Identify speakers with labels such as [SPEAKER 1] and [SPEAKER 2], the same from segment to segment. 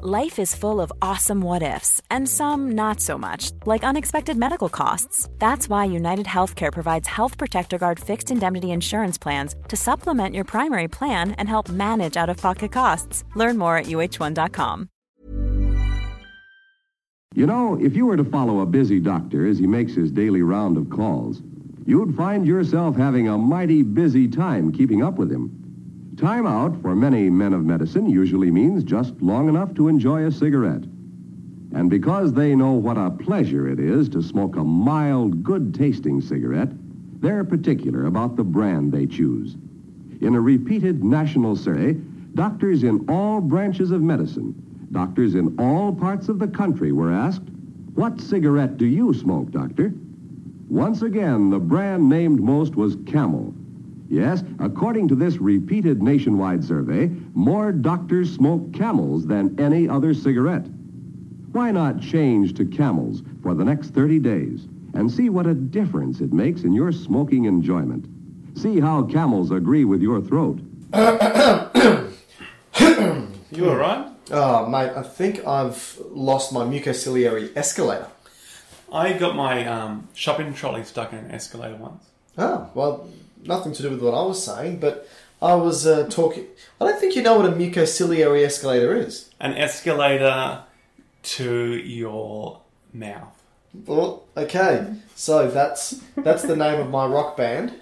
[SPEAKER 1] Life is full of awesome what ifs, and some not so much, like unexpected medical costs. That's why United Healthcare provides Health Protector Guard fixed indemnity insurance plans to supplement your primary plan and help manage out of pocket costs. Learn more at uh1.com.
[SPEAKER 2] You know, if you were to follow a busy doctor as he makes his daily round of calls, you'd find yourself having a mighty busy time keeping up with him. Time out for many men of medicine usually means just long enough to enjoy a cigarette. And because they know what a pleasure it is to smoke a mild, good-tasting cigarette, they're particular about the brand they choose. In a repeated national survey, doctors in all branches of medicine, doctors in all parts of the country were asked, what cigarette do you smoke, doctor? Once again, the brand named most was Camel. Yes, according to this repeated nationwide survey, more doctors smoke Camels than any other cigarette. Why not change to Camels for the next 30 days and see what a difference it makes in your smoking enjoyment? See how Camels agree with your throat.
[SPEAKER 3] You all right?
[SPEAKER 4] Oh, mate, I think I've lost my mucociliary escalator.
[SPEAKER 3] I got my um, shopping trolley stuck in an escalator once.
[SPEAKER 4] Oh, well, nothing to do with what I was saying, but I was uh, talking. I don't think you know what a mucociliary escalator is.
[SPEAKER 3] An escalator to your mouth.
[SPEAKER 4] Well, okay, so that's that's the name of my rock band,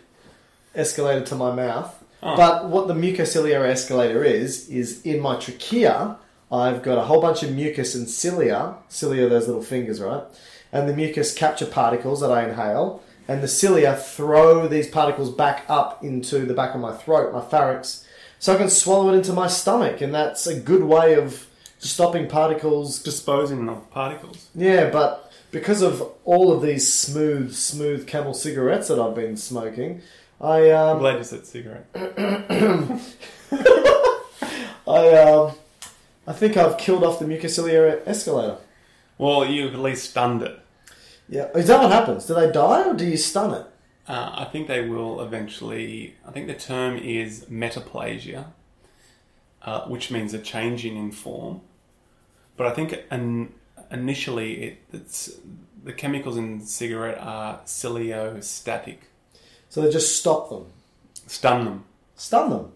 [SPEAKER 4] Escalator to My Mouth. But what the mucociliary escalator is is in my trachea. I've got a whole bunch of mucus and cilia. Cilia, are those little fingers, right? And the mucus capture particles that I inhale, and the cilia throw these particles back up into the back of my throat, my pharynx, so I can swallow it into my stomach. And that's a good way of stopping particles
[SPEAKER 3] Disposing of particles.
[SPEAKER 4] yeah, but because of all of these smooth, smooth camel cigarettes that I've been smoking, I
[SPEAKER 3] I'm
[SPEAKER 4] um,
[SPEAKER 3] glad you said cigarette.
[SPEAKER 4] I um, I think I've killed off the mucociliary escalator.
[SPEAKER 3] Well, you at least stunned it.
[SPEAKER 4] Yeah, is that what happens? Do they die or do you stun it?
[SPEAKER 3] Uh, I think they will eventually. I think the term is metaplasia, uh, which means a changing in form. But I think an, initially it, it's the chemicals in cigarette are ciliostatic,
[SPEAKER 4] So they just stop them,
[SPEAKER 3] stun them.
[SPEAKER 4] stun them,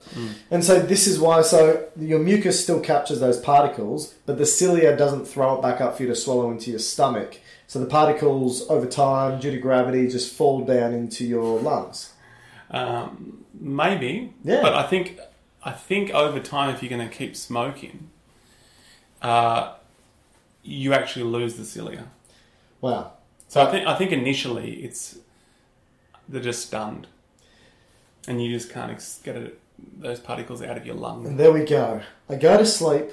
[SPEAKER 4] and so this is why. So your mucus still captures those particles, but the cilia doesn't throw it back up for you to swallow into your stomach. So the particles, over time, due to gravity, just fall down into your lungs.
[SPEAKER 3] Um, maybe.
[SPEAKER 4] Yeah.
[SPEAKER 3] But I think I think over time, if you're going to keep smoking, uh, you actually lose the cilia.
[SPEAKER 4] Wow.
[SPEAKER 3] So I think I think initially it's they're just stunned, and you just can't ex- get it, those particles out of your
[SPEAKER 4] And
[SPEAKER 3] lung.
[SPEAKER 4] there we go. I go to sleep.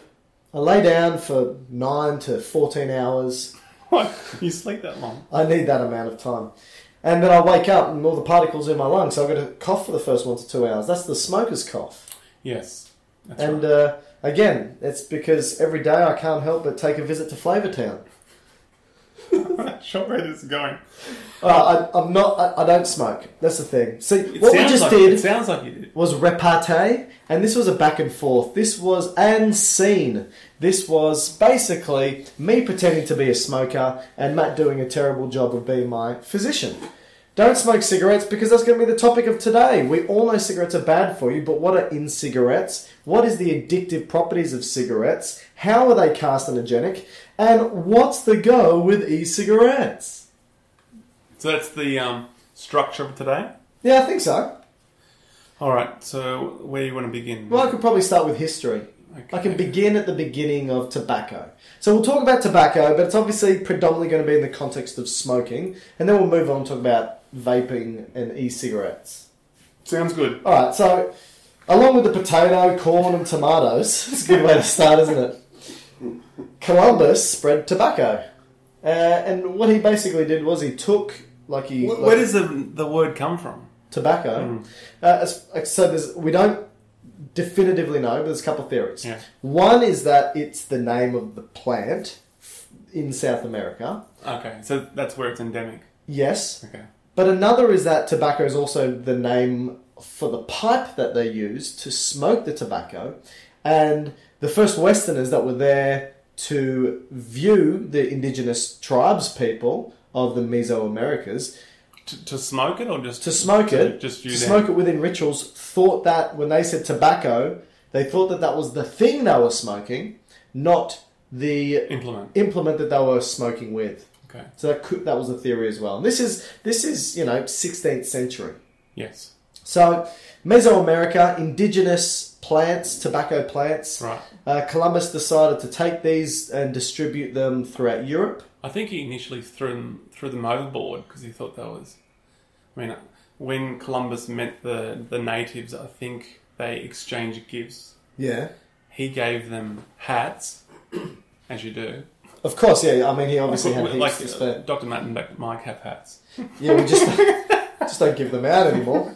[SPEAKER 4] I lay down for nine to fourteen hours.
[SPEAKER 3] What? you sleep that long?
[SPEAKER 4] I need that amount of time. And then I wake up and all the particles in my lungs, so I've got to cough for the first one to two hours. That's the smoker's cough.
[SPEAKER 3] Yes. That's
[SPEAKER 4] and
[SPEAKER 3] right.
[SPEAKER 4] uh, again, it's because every day I can't help but take a visit to Flavortown.
[SPEAKER 3] I'm not sure where this is going.
[SPEAKER 4] Uh, I, I'm not. I, I don't smoke. That's the thing. See,
[SPEAKER 3] It
[SPEAKER 4] what we
[SPEAKER 3] sounds
[SPEAKER 4] just
[SPEAKER 3] like,
[SPEAKER 4] did
[SPEAKER 3] It sounds like you did.
[SPEAKER 4] was repartee, and this was a back and forth. This was and scene. This was basically me pretending to be a smoker and Matt doing a terrible job of being my physician. Don't smoke cigarettes because that's going to be the topic of today. We all know cigarettes are bad for you, but what are in cigarettes? What is the addictive properties of cigarettes? How are they carcinogenic? And what's the go with e-cigarettes?
[SPEAKER 3] So that's the um, structure of today.
[SPEAKER 4] Yeah, I think so.
[SPEAKER 3] All right. So where do you want to begin?
[SPEAKER 4] Well, I could probably start with history. I can begin at the beginning of tobacco. So we'll talk about tobacco, but it's obviously predominantly going to be in the context of smoking, and then we'll move on and talk about vaping and e-cigarettes.
[SPEAKER 3] Sounds good.
[SPEAKER 4] All right, so along with the potato, corn, and tomatoes, it's a good way to start, isn't it? Columbus spread tobacco, uh, and what he basically did was he took like he
[SPEAKER 3] Where,
[SPEAKER 4] like-
[SPEAKER 3] where does the the word come from?
[SPEAKER 4] tobacco.
[SPEAKER 3] Hmm.
[SPEAKER 4] Uh, as- like, so there's, we don't definitively know, but there's a couple of theories.
[SPEAKER 3] Yeah.
[SPEAKER 4] One is that it's the name of the plant f- in South America.
[SPEAKER 3] Okay, so that's where it's endemic.
[SPEAKER 4] Yes.
[SPEAKER 3] Okay.
[SPEAKER 4] But another is that tobacco is also the name for the pipe that they used to smoke the tobacco. And the first Westerners that were there to view the indigenous tribes people of the Mesoamericas
[SPEAKER 3] To, to smoke it or just
[SPEAKER 4] to smoke it,
[SPEAKER 3] Just
[SPEAKER 4] to
[SPEAKER 3] you
[SPEAKER 4] smoke it within rituals, thought that when they said tobacco, they thought that that was the thing they were smoking, not the
[SPEAKER 3] implement.
[SPEAKER 4] implement that they were smoking with.
[SPEAKER 3] Okay.
[SPEAKER 4] So that could, that was a theory as well. And this is this is you know 16th century.
[SPEAKER 3] Yes.
[SPEAKER 4] So Mesoamerica, indigenous plants, tobacco plants.
[SPEAKER 3] Right.
[SPEAKER 4] Uh, Columbus decided to take these and distribute them throughout Europe.
[SPEAKER 3] I think he initially threw them threw them overboard because he thought that was. I mean, when Columbus met the the natives, I think they exchanged gifts.
[SPEAKER 4] Yeah.
[SPEAKER 3] He gave them hats, as you do.
[SPEAKER 4] Of course, yeah. I mean, he obviously had heaps
[SPEAKER 3] like
[SPEAKER 4] to
[SPEAKER 3] uh,
[SPEAKER 4] spare.
[SPEAKER 3] Dr. Matt and Mac- Mike have hats.
[SPEAKER 4] Yeah, we just just don't give them out anymore.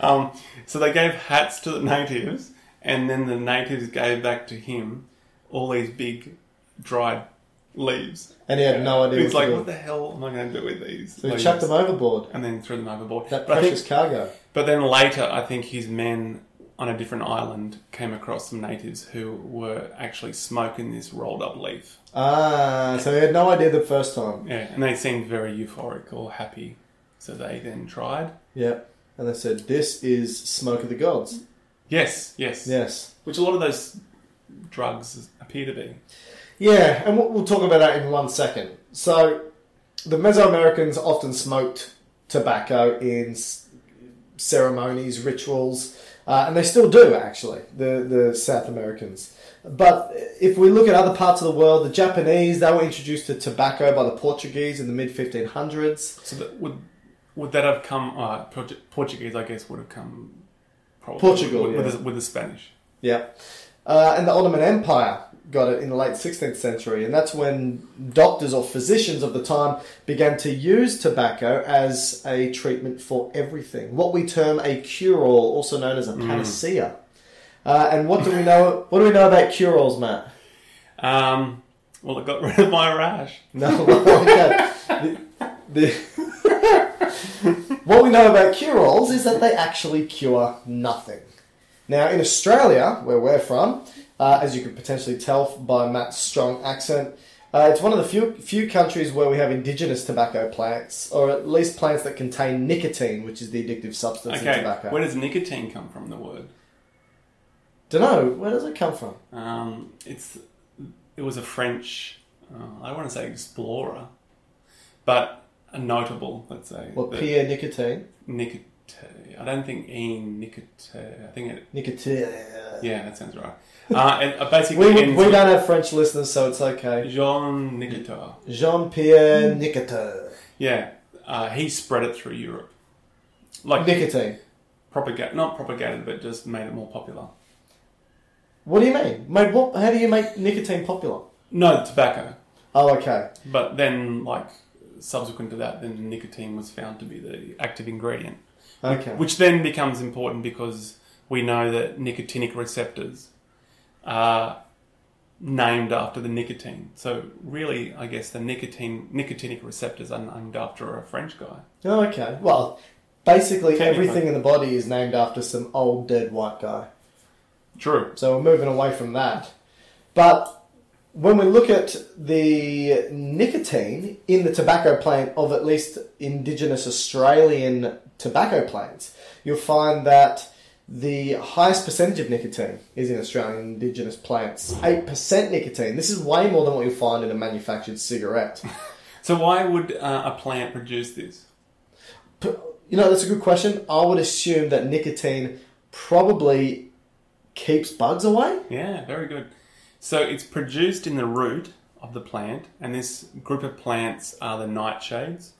[SPEAKER 3] Um, so they gave hats to the natives, and then the natives gave back to him all these big dried leaves.
[SPEAKER 4] And he had no idea.
[SPEAKER 3] He's
[SPEAKER 4] what
[SPEAKER 3] like,
[SPEAKER 4] to do.
[SPEAKER 3] what the hell am I going to do with these?
[SPEAKER 4] So he
[SPEAKER 3] leaves?"
[SPEAKER 4] chucked them overboard.
[SPEAKER 3] and then threw them overboard.
[SPEAKER 4] That
[SPEAKER 3] but, I
[SPEAKER 4] precious
[SPEAKER 3] think,
[SPEAKER 4] cargo.
[SPEAKER 3] but then later, I think his men on a different island came across some natives who were actually smoking this rolled up leaf.
[SPEAKER 4] Ah, so he had no idea the first time.
[SPEAKER 3] Yeah, and they seemed very euphoric or happy. So they then tried.
[SPEAKER 4] Yep. And they said, "This is smoke of the gods."
[SPEAKER 3] Yes, yes.
[SPEAKER 4] Yes.
[SPEAKER 3] Which a lot of those drugs appear to be.
[SPEAKER 4] Yeah, and we'll, we'll talk about that in one second. So, the Mesoamericans often smoked tobacco in s- ceremonies, rituals, uh, and they still do actually. The the South Americans. But if we look at other parts of the world, the Japanese they were introduced to tobacco by the Portuguese in the mid 1500s.
[SPEAKER 3] So that, would would that have come? Uh, Portu- Portuguese, I guess, would have come. Probably
[SPEAKER 4] Portugal,
[SPEAKER 3] with, with,
[SPEAKER 4] yeah.
[SPEAKER 3] the, with the Spanish.
[SPEAKER 4] Yeah. Uh, and the Ottoman Empire got it in the late 16th century, and that's when doctors or physicians of the time began to use tobacco as a treatment for everything. What we term a cure all, also known as a panacea. Uh, and what do we know? What do we know about cure alls, Matt?
[SPEAKER 3] Um, well, it got rid of my rash.
[SPEAKER 4] No, okay. The- the- what we know about cure-alls is that they actually cure nothing. Now, in Australia, where we're from, uh, as you could potentially tell by Matt's strong accent, uh, it's one of the few few countries where we have indigenous tobacco plants, or at least plants that contain nicotine, which is the addictive substance in
[SPEAKER 3] Okay,
[SPEAKER 4] tobacco.
[SPEAKER 3] where does nicotine come from? The word.
[SPEAKER 4] Don't know where does it come from?
[SPEAKER 3] Um, it's it was a French. Uh, I don't want to say explorer, but a notable. Let's say.
[SPEAKER 4] Well,
[SPEAKER 3] that
[SPEAKER 4] Pierre Nicotine,
[SPEAKER 3] Nicotine. I don't think Ian Nicotine. I think it.
[SPEAKER 4] nicotine.
[SPEAKER 3] Yeah, that sounds right. Uh, and uh, basically,
[SPEAKER 4] We, we
[SPEAKER 3] ends
[SPEAKER 4] we
[SPEAKER 3] with
[SPEAKER 4] don't have French listeners, so it's okay.
[SPEAKER 3] Jean Nicotine.
[SPEAKER 4] Jean Pierre Nicotine.
[SPEAKER 3] Yeah, uh, he spread it through Europe, like
[SPEAKER 4] Nicotine.
[SPEAKER 3] propagate, not propagated, but just made it more popular.
[SPEAKER 4] What do you mean? Made what? How do you make nicotine popular?
[SPEAKER 3] No tobacco,
[SPEAKER 4] Oh, okay.
[SPEAKER 3] but then like subsequent to that, then nicotine was found to be the active ingredient,
[SPEAKER 4] Okay.
[SPEAKER 3] which then becomes important because we know that nicotinic receptors are named after the nicotine. So really, I guess the nicotine nicotinic receptors are named after a French guy.
[SPEAKER 4] oh, okay. Well, basically
[SPEAKER 3] Technically.
[SPEAKER 4] everything in the body is named after some old dead white guy.
[SPEAKER 3] True.
[SPEAKER 4] So we're moving away from that. But when we look at the nicotine in the tobacco plant of at least indigenous Australian tobacco plants, you'll find that The highest percentage of nicotine is in Australian indigenous plants. 8% nicotine. This is way more than what you'll find in a manufactured cigarette.
[SPEAKER 3] So why would uh, a plant produce this?
[SPEAKER 4] P- You know, that's a good question. I would assume that nicotine probably keeps bugs away.
[SPEAKER 3] Yeah, very good. So it's produced in the root of the plant, and this group of plants are the nightshades.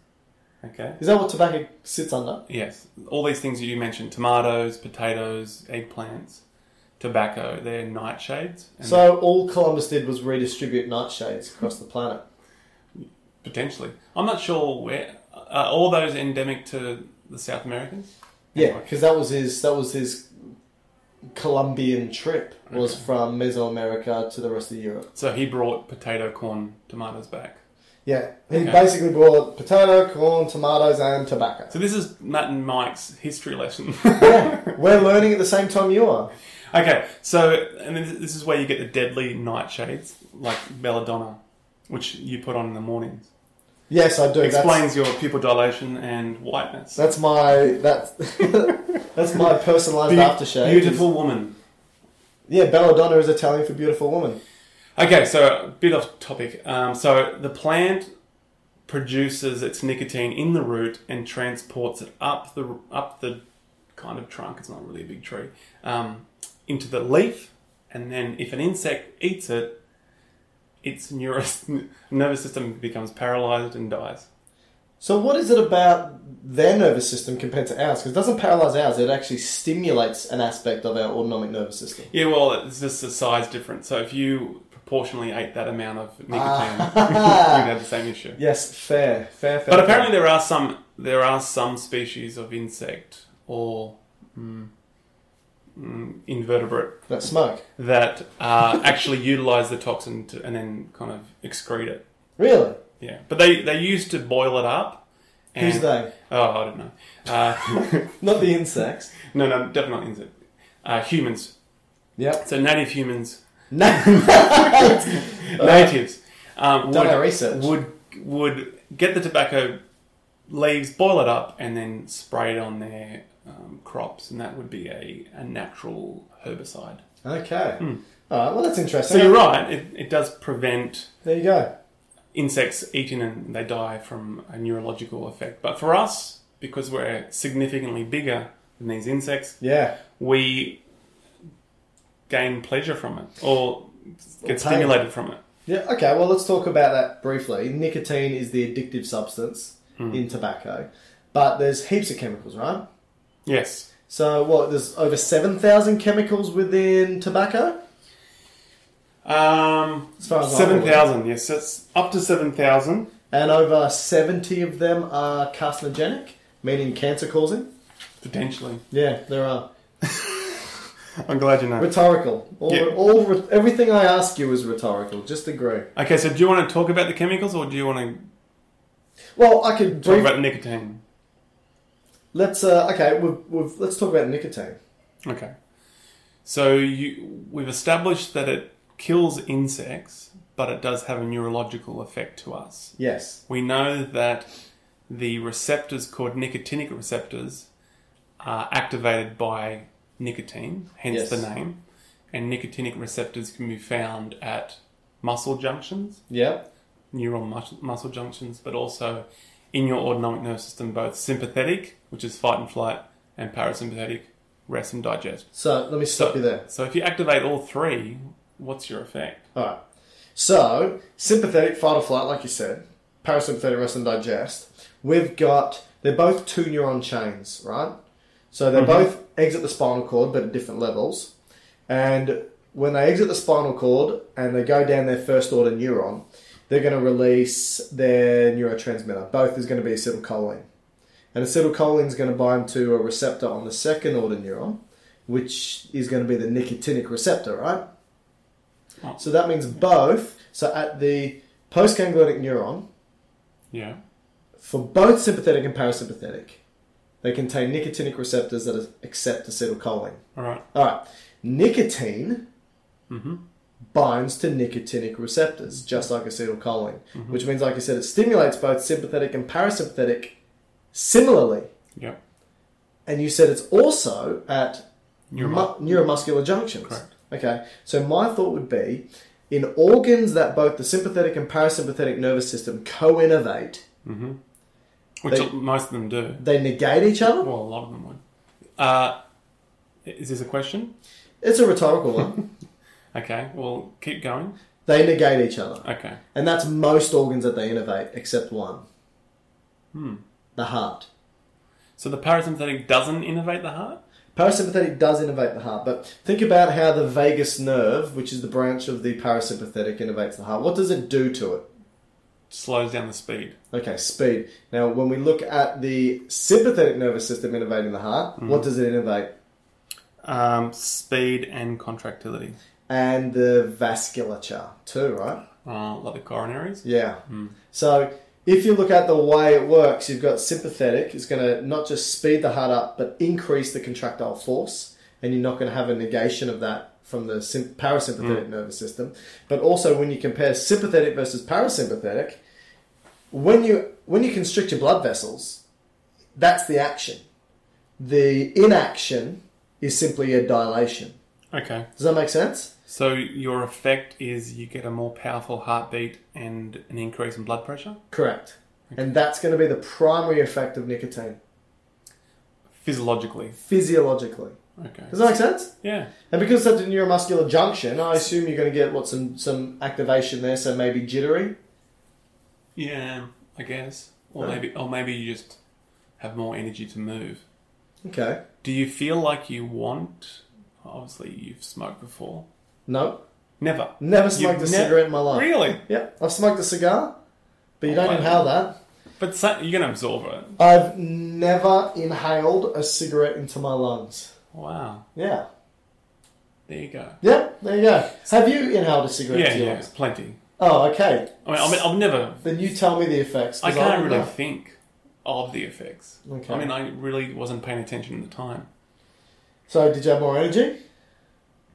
[SPEAKER 3] Okay.
[SPEAKER 4] Is that what tobacco sits under?
[SPEAKER 3] Yes, all these things that you mentioned: tomatoes, potatoes, eggplants, tobacco. They're nightshades. And
[SPEAKER 4] So all Columbus did was redistribute nightshades across the planet.
[SPEAKER 3] potentially, I'm not sure where. Are all those endemic to the South Americans?
[SPEAKER 4] Yeah, because that was his that was his Colombian trip was from Mesoamerica to the rest of Europe.
[SPEAKER 3] So he brought potato, corn, tomatoes back.
[SPEAKER 4] Yeah, he basically brought potato, corn, tomatoes, and tobacco.
[SPEAKER 3] So this is Matt and Mike's history lesson.
[SPEAKER 4] We're learning at the same time you are.
[SPEAKER 3] Okay, so and then this is where you get the deadly nightshades, like belladonna, which you put on in the mornings.
[SPEAKER 4] Yes, I do.
[SPEAKER 3] Explains your pupil dilation and whiteness.
[SPEAKER 4] That's, that's my that's that's my personalized
[SPEAKER 3] Be-
[SPEAKER 4] aftershave.
[SPEAKER 3] Beautiful woman.
[SPEAKER 4] Yeah, belladonna is Italian for beautiful woman.
[SPEAKER 3] Okay, so a bit off topic. Um, so the plant produces its nicotine in the root and transports it up the up the kind of trunk. It's not really a big tree um, into the leaf, and then if an insect eats it, its neuro- nervous system becomes paralyzed and dies.
[SPEAKER 4] So what is it about their nervous system compared to ours? Because it doesn't paralyze ours; it actually stimulates an aspect of our autonomic nervous system.
[SPEAKER 3] Yeah, well, it's just the size difference. So if you proportionally ate that amount of nicotine, you'd have the same issue.
[SPEAKER 4] Yes, fair, fair, fair.
[SPEAKER 3] But apparently there are some there are some species of insect or mm, mm, invertebrate
[SPEAKER 4] that smoke.
[SPEAKER 3] that uh, actually utilize the toxin to, and then kind of excrete it.
[SPEAKER 4] Really?
[SPEAKER 3] Yeah, but they they used to boil it up. And,
[SPEAKER 4] Who's they?
[SPEAKER 3] Oh, I don't know. Uh,
[SPEAKER 4] Not the insects.
[SPEAKER 3] no, no, definitely not insect. Uh, humans.
[SPEAKER 4] Yep.
[SPEAKER 3] So native humans
[SPEAKER 4] No.
[SPEAKER 3] natives um,
[SPEAKER 4] Done
[SPEAKER 3] would,
[SPEAKER 4] our research.
[SPEAKER 3] would would get the tobacco leaves, boil it up, and then spray it on their um, crops, and that would be a, a natural herbicide.
[SPEAKER 4] okay. All right. Well, that's
[SPEAKER 3] Hmm. So
[SPEAKER 4] interesting.
[SPEAKER 3] you're right; it, it does prevent
[SPEAKER 4] There you go.
[SPEAKER 3] insects eating and they die from a neurological effect. But for us, because we're significantly bigger than these insects,
[SPEAKER 4] Yeah.
[SPEAKER 3] we gain pleasure from it or
[SPEAKER 4] pain.
[SPEAKER 3] get stimulated from it.
[SPEAKER 4] Yeah. Okay. Well, let's talk about that briefly. Nicotine is the addictive substance
[SPEAKER 3] Hmm.
[SPEAKER 4] in tobacco, but there's heaps of chemicals, right?
[SPEAKER 3] Yes.
[SPEAKER 4] So what? There's over seven thousand chemicals within tobacco.
[SPEAKER 3] Um,
[SPEAKER 4] As far as I'm
[SPEAKER 3] seven thousand. Yes, that's up to seven thousand.
[SPEAKER 4] and over 70 of them are carcinogenic, meaning cancer causing.
[SPEAKER 3] Potentially,
[SPEAKER 4] Yeah, there are.
[SPEAKER 3] I'm glad you know.
[SPEAKER 4] Rhetorical. All,
[SPEAKER 3] Yeah.
[SPEAKER 4] all re- everything I ask you is rhetorical. Just agree.
[SPEAKER 3] Okay, so do you want to talk about the chemicals, or do you want to
[SPEAKER 4] Well, I could
[SPEAKER 3] talk
[SPEAKER 4] brief.
[SPEAKER 3] about nicotine?
[SPEAKER 4] let's uh, okay. We've, we've, let's talk about nicotine.
[SPEAKER 3] Okay, so you we've established that it kills insects, but it does have a neurological effect to us.
[SPEAKER 4] Yes.
[SPEAKER 3] We know that the receptors called nicotinic receptors are activated by nicotine, hence
[SPEAKER 4] Yes.
[SPEAKER 3] the name. And nicotinic receptors can be found at muscle junctions,
[SPEAKER 4] Yep.
[SPEAKER 3] neural mus- muscle junctions, but also in your autonomic nervous system, both sympathetic, which is fight and flight, and parasympathetic, rest and digest.
[SPEAKER 4] So let me stop you there. Oh.
[SPEAKER 3] So if you activate all three, what's your effect?
[SPEAKER 4] All right. So sympathetic fight or flight, like you said, parasympathetic rest and digest. We've got they're both two neuron chains, right? So they both exit the spinal cord, but at different levels. And when they exit the spinal cord and they go down their first order neuron, they're going to release their neurotransmitter. Both is going to be acetylcholine, and acetylcholine is going to bind to a receptor on the second order neuron, which is going to be the nicotinic receptor, right? So that means both. So at the postganglionic neuron,
[SPEAKER 3] Yeah.
[SPEAKER 4] for both sympathetic and parasympathetic, they contain nicotinic receptors that accept acetylcholine.
[SPEAKER 3] All right.
[SPEAKER 4] All right, nicotine binds to nicotinic receptors, just like acetylcholine, which means, like I said, it stimulates both sympathetic and parasympathetic similarly.
[SPEAKER 3] Yep.
[SPEAKER 4] And you said it's also at mu- neuromuscular junctions. Okay, so my thought would be in organs that both the sympathetic and parasympathetic nervous system co innervate,
[SPEAKER 3] Which
[SPEAKER 4] They-
[SPEAKER 3] most of them do.
[SPEAKER 4] they negate each other.
[SPEAKER 3] Well, a lot of them would. Uh, is this a question?
[SPEAKER 4] It's a rhetorical one.
[SPEAKER 3] Okay, well, keep going.
[SPEAKER 4] they negate each other.
[SPEAKER 3] Okay.
[SPEAKER 4] And that's most organs that they innervate except one the heart.
[SPEAKER 3] So the parasympathetic doesn't innervate the heart?
[SPEAKER 4] Parasympathetic does innervate the heart, but think about how the vagus nerve, which is the branch of the parasympathetic, innervates the heart. What does it do to it?
[SPEAKER 3] Slows down the speed.
[SPEAKER 4] Okay, speed. Now, when we look at the sympathetic nervous system innervating the heart, what does it innervate?
[SPEAKER 3] Um, speed and contractility.
[SPEAKER 4] And the vasculature, too, right?
[SPEAKER 3] Uh, like the coronaries?
[SPEAKER 4] Yeah. So, if you look at the way it works, you've got sympathetic, it's going to not just speed the heart up, but increase the contractile force, and you're not going to have a negation of that from the sym- parasympathetic nervous system. But also, when you compare sympathetic versus parasympathetic, when you when you constrict your blood vessels, that's the action. The inaction is simply a dilation.
[SPEAKER 3] Okay.
[SPEAKER 4] Does that make sense?
[SPEAKER 3] So your effect is you get a more powerful heartbeat and an increase in blood pressure?
[SPEAKER 4] Correct. And that's going to be the primary effect of nicotine
[SPEAKER 3] Physiologically.
[SPEAKER 4] physiologically.
[SPEAKER 3] Okay.
[SPEAKER 4] Does that make sense?
[SPEAKER 3] Yeah.
[SPEAKER 4] And because that's a neuromuscular junction, I assume you're going to get what some some activation there, so maybe jittery.
[SPEAKER 3] Yeah, I guess. Or maybe or maybe you just have more energy to move.
[SPEAKER 4] Okay.
[SPEAKER 3] Do you feel like you want obviously you've smoked before.
[SPEAKER 4] No,
[SPEAKER 3] Never.
[SPEAKER 4] never smoked
[SPEAKER 3] You've
[SPEAKER 4] a
[SPEAKER 3] ne-
[SPEAKER 4] cigarette in my life.
[SPEAKER 3] Really?
[SPEAKER 4] Yeah, I've smoked a cigar, but you don't
[SPEAKER 3] wow.
[SPEAKER 4] inhale that.
[SPEAKER 3] But so, you're gonna absorb it.
[SPEAKER 4] I've never inhaled a cigarette into my lungs.
[SPEAKER 3] Wow.
[SPEAKER 4] Yeah.
[SPEAKER 3] There you go.
[SPEAKER 4] Yeah, there you go. Have you inhaled a cigarette
[SPEAKER 3] Yeah,
[SPEAKER 4] into your
[SPEAKER 3] yeah,
[SPEAKER 4] lungs?
[SPEAKER 3] plenty.
[SPEAKER 4] Oh, okay.
[SPEAKER 3] I mean, I mean I've never.
[SPEAKER 4] Then you tell me the effects.
[SPEAKER 3] I
[SPEAKER 4] 'cause
[SPEAKER 3] can't
[SPEAKER 4] don't
[SPEAKER 3] really
[SPEAKER 4] know.
[SPEAKER 3] think of the effects.
[SPEAKER 4] Okay.
[SPEAKER 3] I mean, I really wasn't paying attention at the time.
[SPEAKER 4] So, did you have more energy?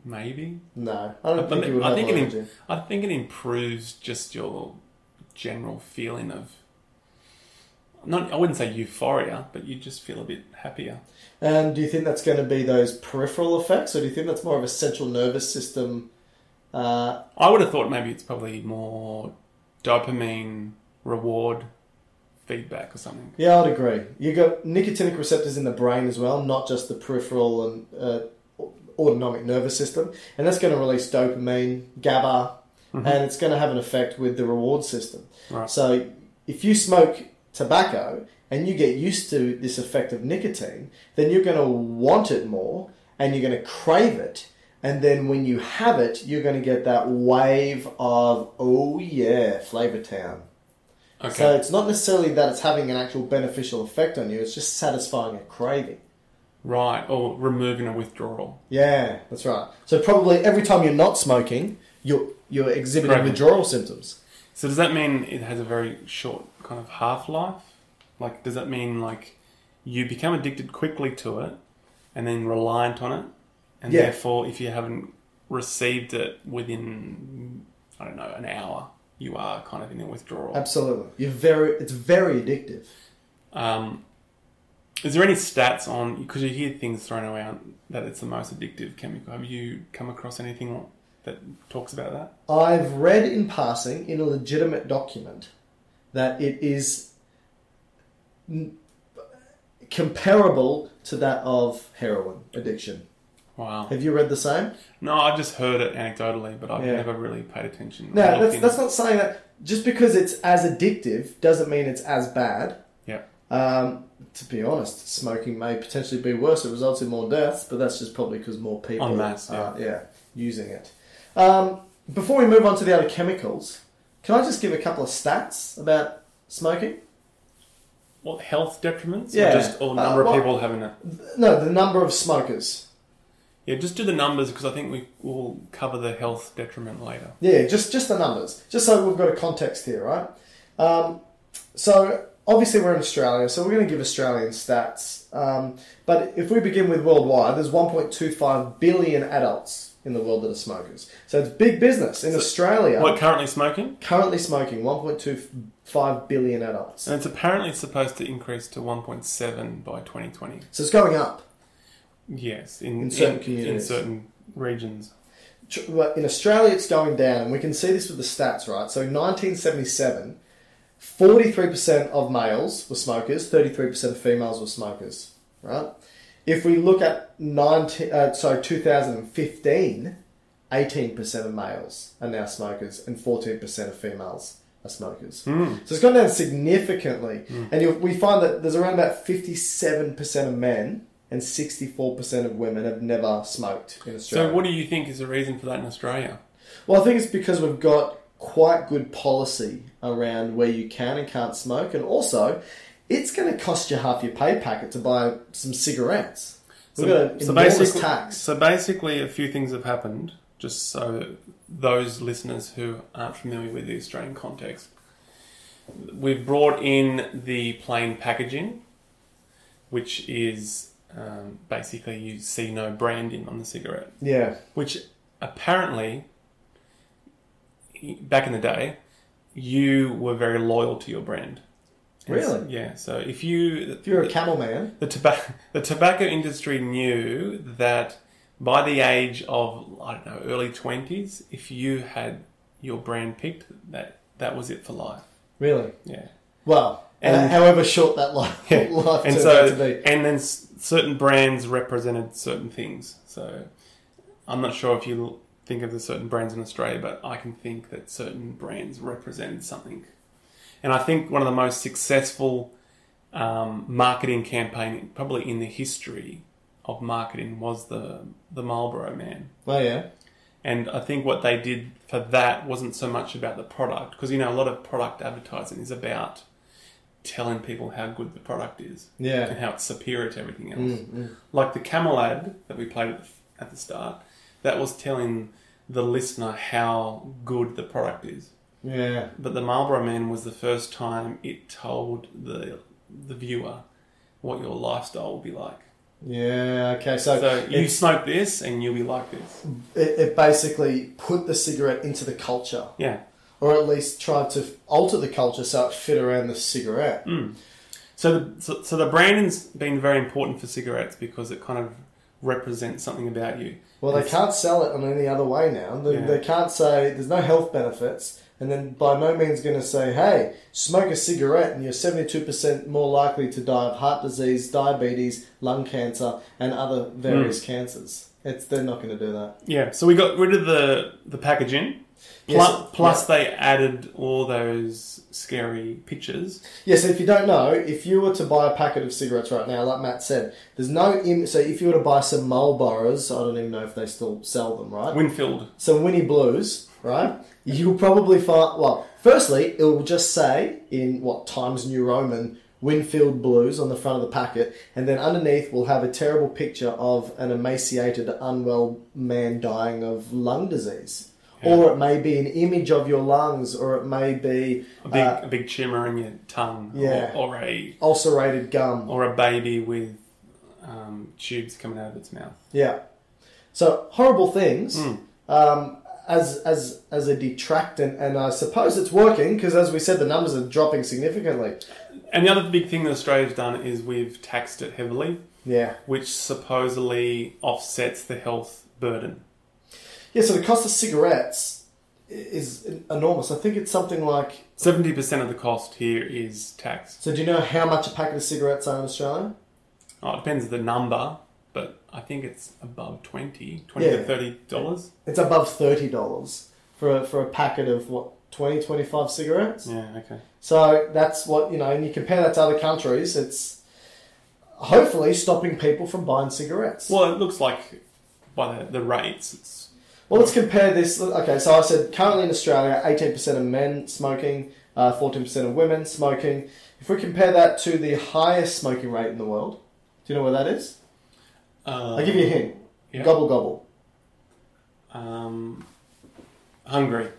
[SPEAKER 3] Maybe.
[SPEAKER 4] No, I don't
[SPEAKER 3] But
[SPEAKER 4] think you would
[SPEAKER 3] I
[SPEAKER 4] have
[SPEAKER 3] think
[SPEAKER 4] more
[SPEAKER 3] it.
[SPEAKER 4] energy.
[SPEAKER 3] Im- I think it improves just your general feeling of. Not, I wouldn't say euphoria, but you just feel a bit happier.
[SPEAKER 4] And do you think that's going to be those peripheral effects, or do you think that's more of a central nervous system? Uh,
[SPEAKER 3] I would have thought maybe it's probably more dopamine reward feedback or something.
[SPEAKER 4] yeah, I'd agree. You've got nicotinic receptors in the brain as well, not just the peripheral and uh, autonomic nervous system. And that's going to release dopamine, GABA, and it's going to have an effect with the reward system. So if you smoke tobacco and you get used to this effect of nicotine, then you're going to want it more and you're going to crave it. And then when you have it, you're going to get that wave of, oh yeah, Flavor Town.
[SPEAKER 3] Okay.
[SPEAKER 4] So it's not necessarily that it's having an actual beneficial effect on you, it's just satisfying a craving.
[SPEAKER 3] right, or removing a withdrawal.
[SPEAKER 4] Yeah, that's right. So probably every time you're not smoking, you're you're exhibiting
[SPEAKER 3] Right.
[SPEAKER 4] withdrawal symptoms.
[SPEAKER 3] So does that mean it has a very short kind of half life? Like, does that mean like you become addicted quickly to it and then reliant on it, and
[SPEAKER 4] Yeah.
[SPEAKER 3] therefore if you haven't received it within I don't know an hour, you are kind of in a withdrawal.
[SPEAKER 4] Absolutely, you're very. It's very addictive.
[SPEAKER 3] Um, is there any stats on because you hear things thrown around that it's the most addictive chemical? Have you come across anything that talks about that?
[SPEAKER 4] I've read in passing in a legitimate document that it is n- comparable to that of heroin addiction.
[SPEAKER 3] Wow.
[SPEAKER 4] Have you read the same?
[SPEAKER 3] No, I've just heard it anecdotally, but I've
[SPEAKER 4] Yeah.
[SPEAKER 3] never really paid attention.
[SPEAKER 4] No,
[SPEAKER 3] I've
[SPEAKER 4] that's
[SPEAKER 3] looked
[SPEAKER 4] that's
[SPEAKER 3] in-
[SPEAKER 4] not saying that. Just because it's as addictive doesn't mean it's as bad.
[SPEAKER 3] Yeah.
[SPEAKER 4] Um, to be honest, smoking may potentially be worse. It results in more deaths, but that's just probably because more people
[SPEAKER 3] En masse,
[SPEAKER 4] are yeah, using it. Um, before we move on to the other chemicals, can I just give a couple of stats about smoking?
[SPEAKER 3] What health detriments?
[SPEAKER 4] Yeah.
[SPEAKER 3] Or just or
[SPEAKER 4] Uh,
[SPEAKER 3] number
[SPEAKER 4] what-
[SPEAKER 3] of people having it.
[SPEAKER 4] No, the number of smokers.
[SPEAKER 3] Yeah, just do the numbers because I think we will cover the health detriment later.
[SPEAKER 4] Yeah, just just the numbers, just so we've got a context here, right? Um, so obviously we're in Australia, so we're going to give Australian stats. Um, but if we begin with worldwide, there's 1.25 billion adults in the world that are smokers. So it's big business in Australia.
[SPEAKER 3] What currently smoking?
[SPEAKER 4] Currently smoking 1.25 billion adults,
[SPEAKER 3] And it's apparently supposed to increase to 1.7 by 2020.
[SPEAKER 4] so it's going up.
[SPEAKER 3] Yes, in,
[SPEAKER 4] In certain
[SPEAKER 3] in- in
[SPEAKER 4] communities.
[SPEAKER 3] certain regions.
[SPEAKER 4] Tr- well, in Australia, it's going down, and we can see this with the stats, right? So in 1977, 43% of males were smokers, 33% of females were smokers, right? If we look at 19, uh, sorry, 2015, 18% of males are now smokers, and 14% of females are smokers. So it's gone down significantly, and you'll, we find that there's around about 57% of men. And 64% of women have never smoked in Australia.
[SPEAKER 3] So, what do you think is the reason for that in Australia?
[SPEAKER 4] Well, I think it's because we've got quite good policy around where you can and can't smoke, and also it's going to cost you half your pay packet to buy some cigarettes. We've got an enormous
[SPEAKER 3] basically,
[SPEAKER 4] tax.
[SPEAKER 3] so basically, a few things have happened. Just so those listeners who aren't familiar with the Australian context, we've brought in the plain packaging, which is um, basically you see no branding on the cigarette.
[SPEAKER 4] yeah,
[SPEAKER 3] which apparently back in the day you were very loyal to your brand And s-
[SPEAKER 4] Really?
[SPEAKER 3] yeah so if you
[SPEAKER 4] if you're a camel man,
[SPEAKER 3] the tobacco the tobacco industry knew that by the age of i don't know early 20s if you had your brand picked that that was it for life
[SPEAKER 4] really.
[SPEAKER 3] yeah
[SPEAKER 4] Well,
[SPEAKER 3] And-
[SPEAKER 4] and however short that life, life
[SPEAKER 3] and
[SPEAKER 4] turns
[SPEAKER 3] so
[SPEAKER 4] out to be.
[SPEAKER 3] and then s- certain brands represented certain things so i'm not sure if you l- think of the certain brands in australia but i can think that certain brands represented something and i think one of the most successful um, marketing campaign probably in the history of marketing was the the marlboro man
[SPEAKER 4] Oh yeah,
[SPEAKER 3] and I think what they did for that wasn't so much about the product, because you know a lot of product advertising is about telling people how good the product is,
[SPEAKER 4] Yeah. Mm,
[SPEAKER 3] and how it's superior to everything else. Like the camel ad that we played at the, at the start, that was telling the listener how good the product is.
[SPEAKER 4] yeah.
[SPEAKER 3] But the Marlboro Man was the first time it told the the viewer what your lifestyle will be like.
[SPEAKER 4] Yeah, okay, so,
[SPEAKER 3] So you
[SPEAKER 4] it's-
[SPEAKER 3] smoke this, and you'll be like this.
[SPEAKER 4] it, it basically put the cigarette into the culture.
[SPEAKER 3] Yeah.
[SPEAKER 4] Or at least tried to alter the culture so it fit around the
[SPEAKER 3] Mm.
[SPEAKER 4] cigarette.
[SPEAKER 3] So the so, so the branding's been very important for cigarettes because it kind of represents something about you.
[SPEAKER 4] Well, they can't sell it on any other way now. They,
[SPEAKER 3] Yeah.
[SPEAKER 4] they can't say there's no health benefits, and then by no means going to say, "Hey, smoke a cigarette and you're seventy-two percent more likely to die of heart disease, diabetes, lung cancer, and other various cancers." It's they're not going to do that.
[SPEAKER 3] Yeah. So we got rid of the the packaging. Plus,
[SPEAKER 4] Yes.
[SPEAKER 3] plus they added all those scary pictures.
[SPEAKER 4] Yes, if you don't know, if you were to buy a packet of cigarettes right now, like Matt said, there's no Im- so if you were to buy some Marlboros, I don't even know if they still sell them, right?
[SPEAKER 3] Winfield.
[SPEAKER 4] some Winnie Blues, right? You'll probably find, well, firstly, it will just say in what Times New Roman Winfield Blues on the front of the packet, and then underneath will have a terrible picture of an emaciated, unwell man dying of lung disease. Or it may be an image of your lungs, or it may be
[SPEAKER 3] A big a big chimmer in your tongue.
[SPEAKER 4] Uh, yeah.
[SPEAKER 3] Or, or a
[SPEAKER 4] ulcerated gum.
[SPEAKER 3] or a baby with um, tubes coming out of its mouth.
[SPEAKER 4] Yeah. So horrible things. Um, as as as a detractant, and I suppose it's working because, as we said, the numbers are dropping significantly.
[SPEAKER 3] And the other big thing that Australia's done is we've taxed it heavily,
[SPEAKER 4] Yeah.
[SPEAKER 3] which supposedly offsets the health burden.
[SPEAKER 4] Yeah. So the cost of cigarettes i- is enormous. I think it's something like.
[SPEAKER 3] Seventy percent of the cost here is tax.
[SPEAKER 4] So do you know how much a packet of cigarettes are in Australia?
[SPEAKER 3] Oh, it depends the number, but I think it's above 20 20
[SPEAKER 4] Yeah.
[SPEAKER 3] to thirty dollars.
[SPEAKER 4] It's above thirty dollars for a, for a packet of what 20, 25 cigarettes.
[SPEAKER 3] Yeah, okay.
[SPEAKER 4] So that's what you know, and you compare that to other countries. It's hopefully stopping people from buying cigarettes.
[SPEAKER 3] Well, it looks like by the, the rates, it's
[SPEAKER 4] Well, let's compare this. Okay, so I said currently in Australia, 18% of men smoking, uh, 14% of women smoking. If we compare that to the highest smoking rate in the world, do you know where that is?
[SPEAKER 3] uh,
[SPEAKER 4] I'll give you a hint.
[SPEAKER 3] yeah.
[SPEAKER 4] Gobble gobble.
[SPEAKER 3] um, Hungary.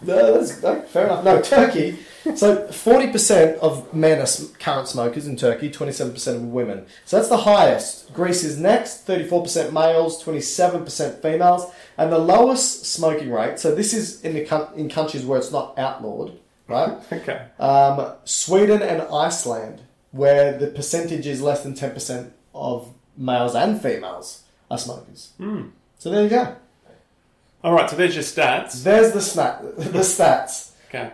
[SPEAKER 4] No, that's, no, fair enough. No, Turkey. So 40% of men are sm- current smokers in Turkey, 27% of women. So that's the highest. Greece is next, 34% males, 27% females. And the lowest smoking rate, so this is in, the, coun- in countries where it's not outlawed, right?
[SPEAKER 3] Okay.
[SPEAKER 4] Um, Sweden and Iceland. where the percentage is less than 10% of males and females are smokers. So there you go.
[SPEAKER 3] All right, so there's your stats.
[SPEAKER 4] There's the, sna- the stats.
[SPEAKER 3] Okay.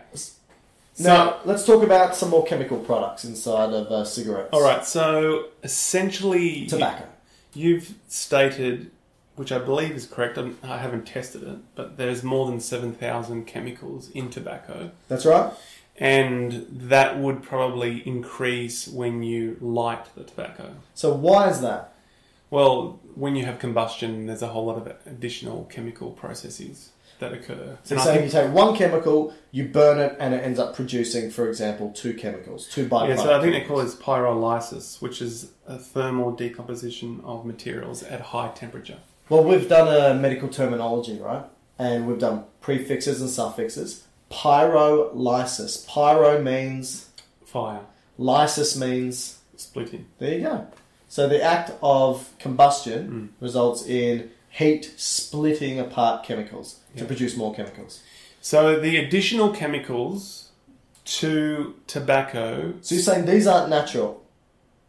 [SPEAKER 4] Now, let's talk about some more chemical products inside of uh, cigarettes.
[SPEAKER 3] All right, so essentially,
[SPEAKER 4] Tobacco.
[SPEAKER 3] You've stated, which I believe is correct. I'm, I haven't tested it, but there's more than seven thousand chemicals in tobacco,
[SPEAKER 4] That's right.
[SPEAKER 3] and that would probably increase when you light the tobacco.
[SPEAKER 4] So why is that?
[SPEAKER 3] Well, when you have combustion, there's a whole lot of additional chemical processes that occur.
[SPEAKER 4] So
[SPEAKER 3] And I
[SPEAKER 4] saying
[SPEAKER 3] think-
[SPEAKER 4] you take one chemical, you burn it, and it ends up producing, for example, two chemicals, two byproducts.
[SPEAKER 3] yeah, so I think they call this pyrolysis, which is a thermal decomposition of materials at high temperature.
[SPEAKER 4] Well, we've done a medical terminology, right? And we've done prefixes and suffixes. Pyrolysis. Pyro means
[SPEAKER 3] Fire,
[SPEAKER 4] lysis means.
[SPEAKER 3] splitting.
[SPEAKER 4] There you go. So the act of combustion results in heat splitting apart chemicals to produce more chemicals.
[SPEAKER 3] So the additional chemicals to tobacco,
[SPEAKER 4] So you're saying these aren't natural.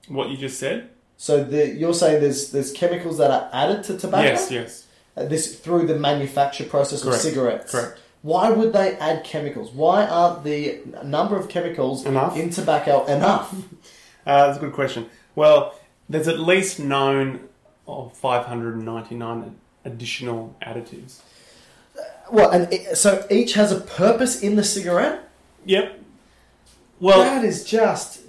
[SPEAKER 3] what you just said?
[SPEAKER 4] So the, you're saying there's there's chemicals that are added to tobacco.
[SPEAKER 3] Yes, yes.
[SPEAKER 4] Uh, this through the manufacture process
[SPEAKER 3] Correct,
[SPEAKER 4] of cigarettes.
[SPEAKER 3] correct.
[SPEAKER 4] Why would they add chemicals? Why aren't the n- number of chemicals
[SPEAKER 3] Enough.
[SPEAKER 4] in tobacco enough?
[SPEAKER 3] Uh, that's a good question. Well, there's at least known of 599 additional additives.
[SPEAKER 4] well, and i so each has a purpose in the cigarette.
[SPEAKER 3] Yep. Well,
[SPEAKER 4] that is just.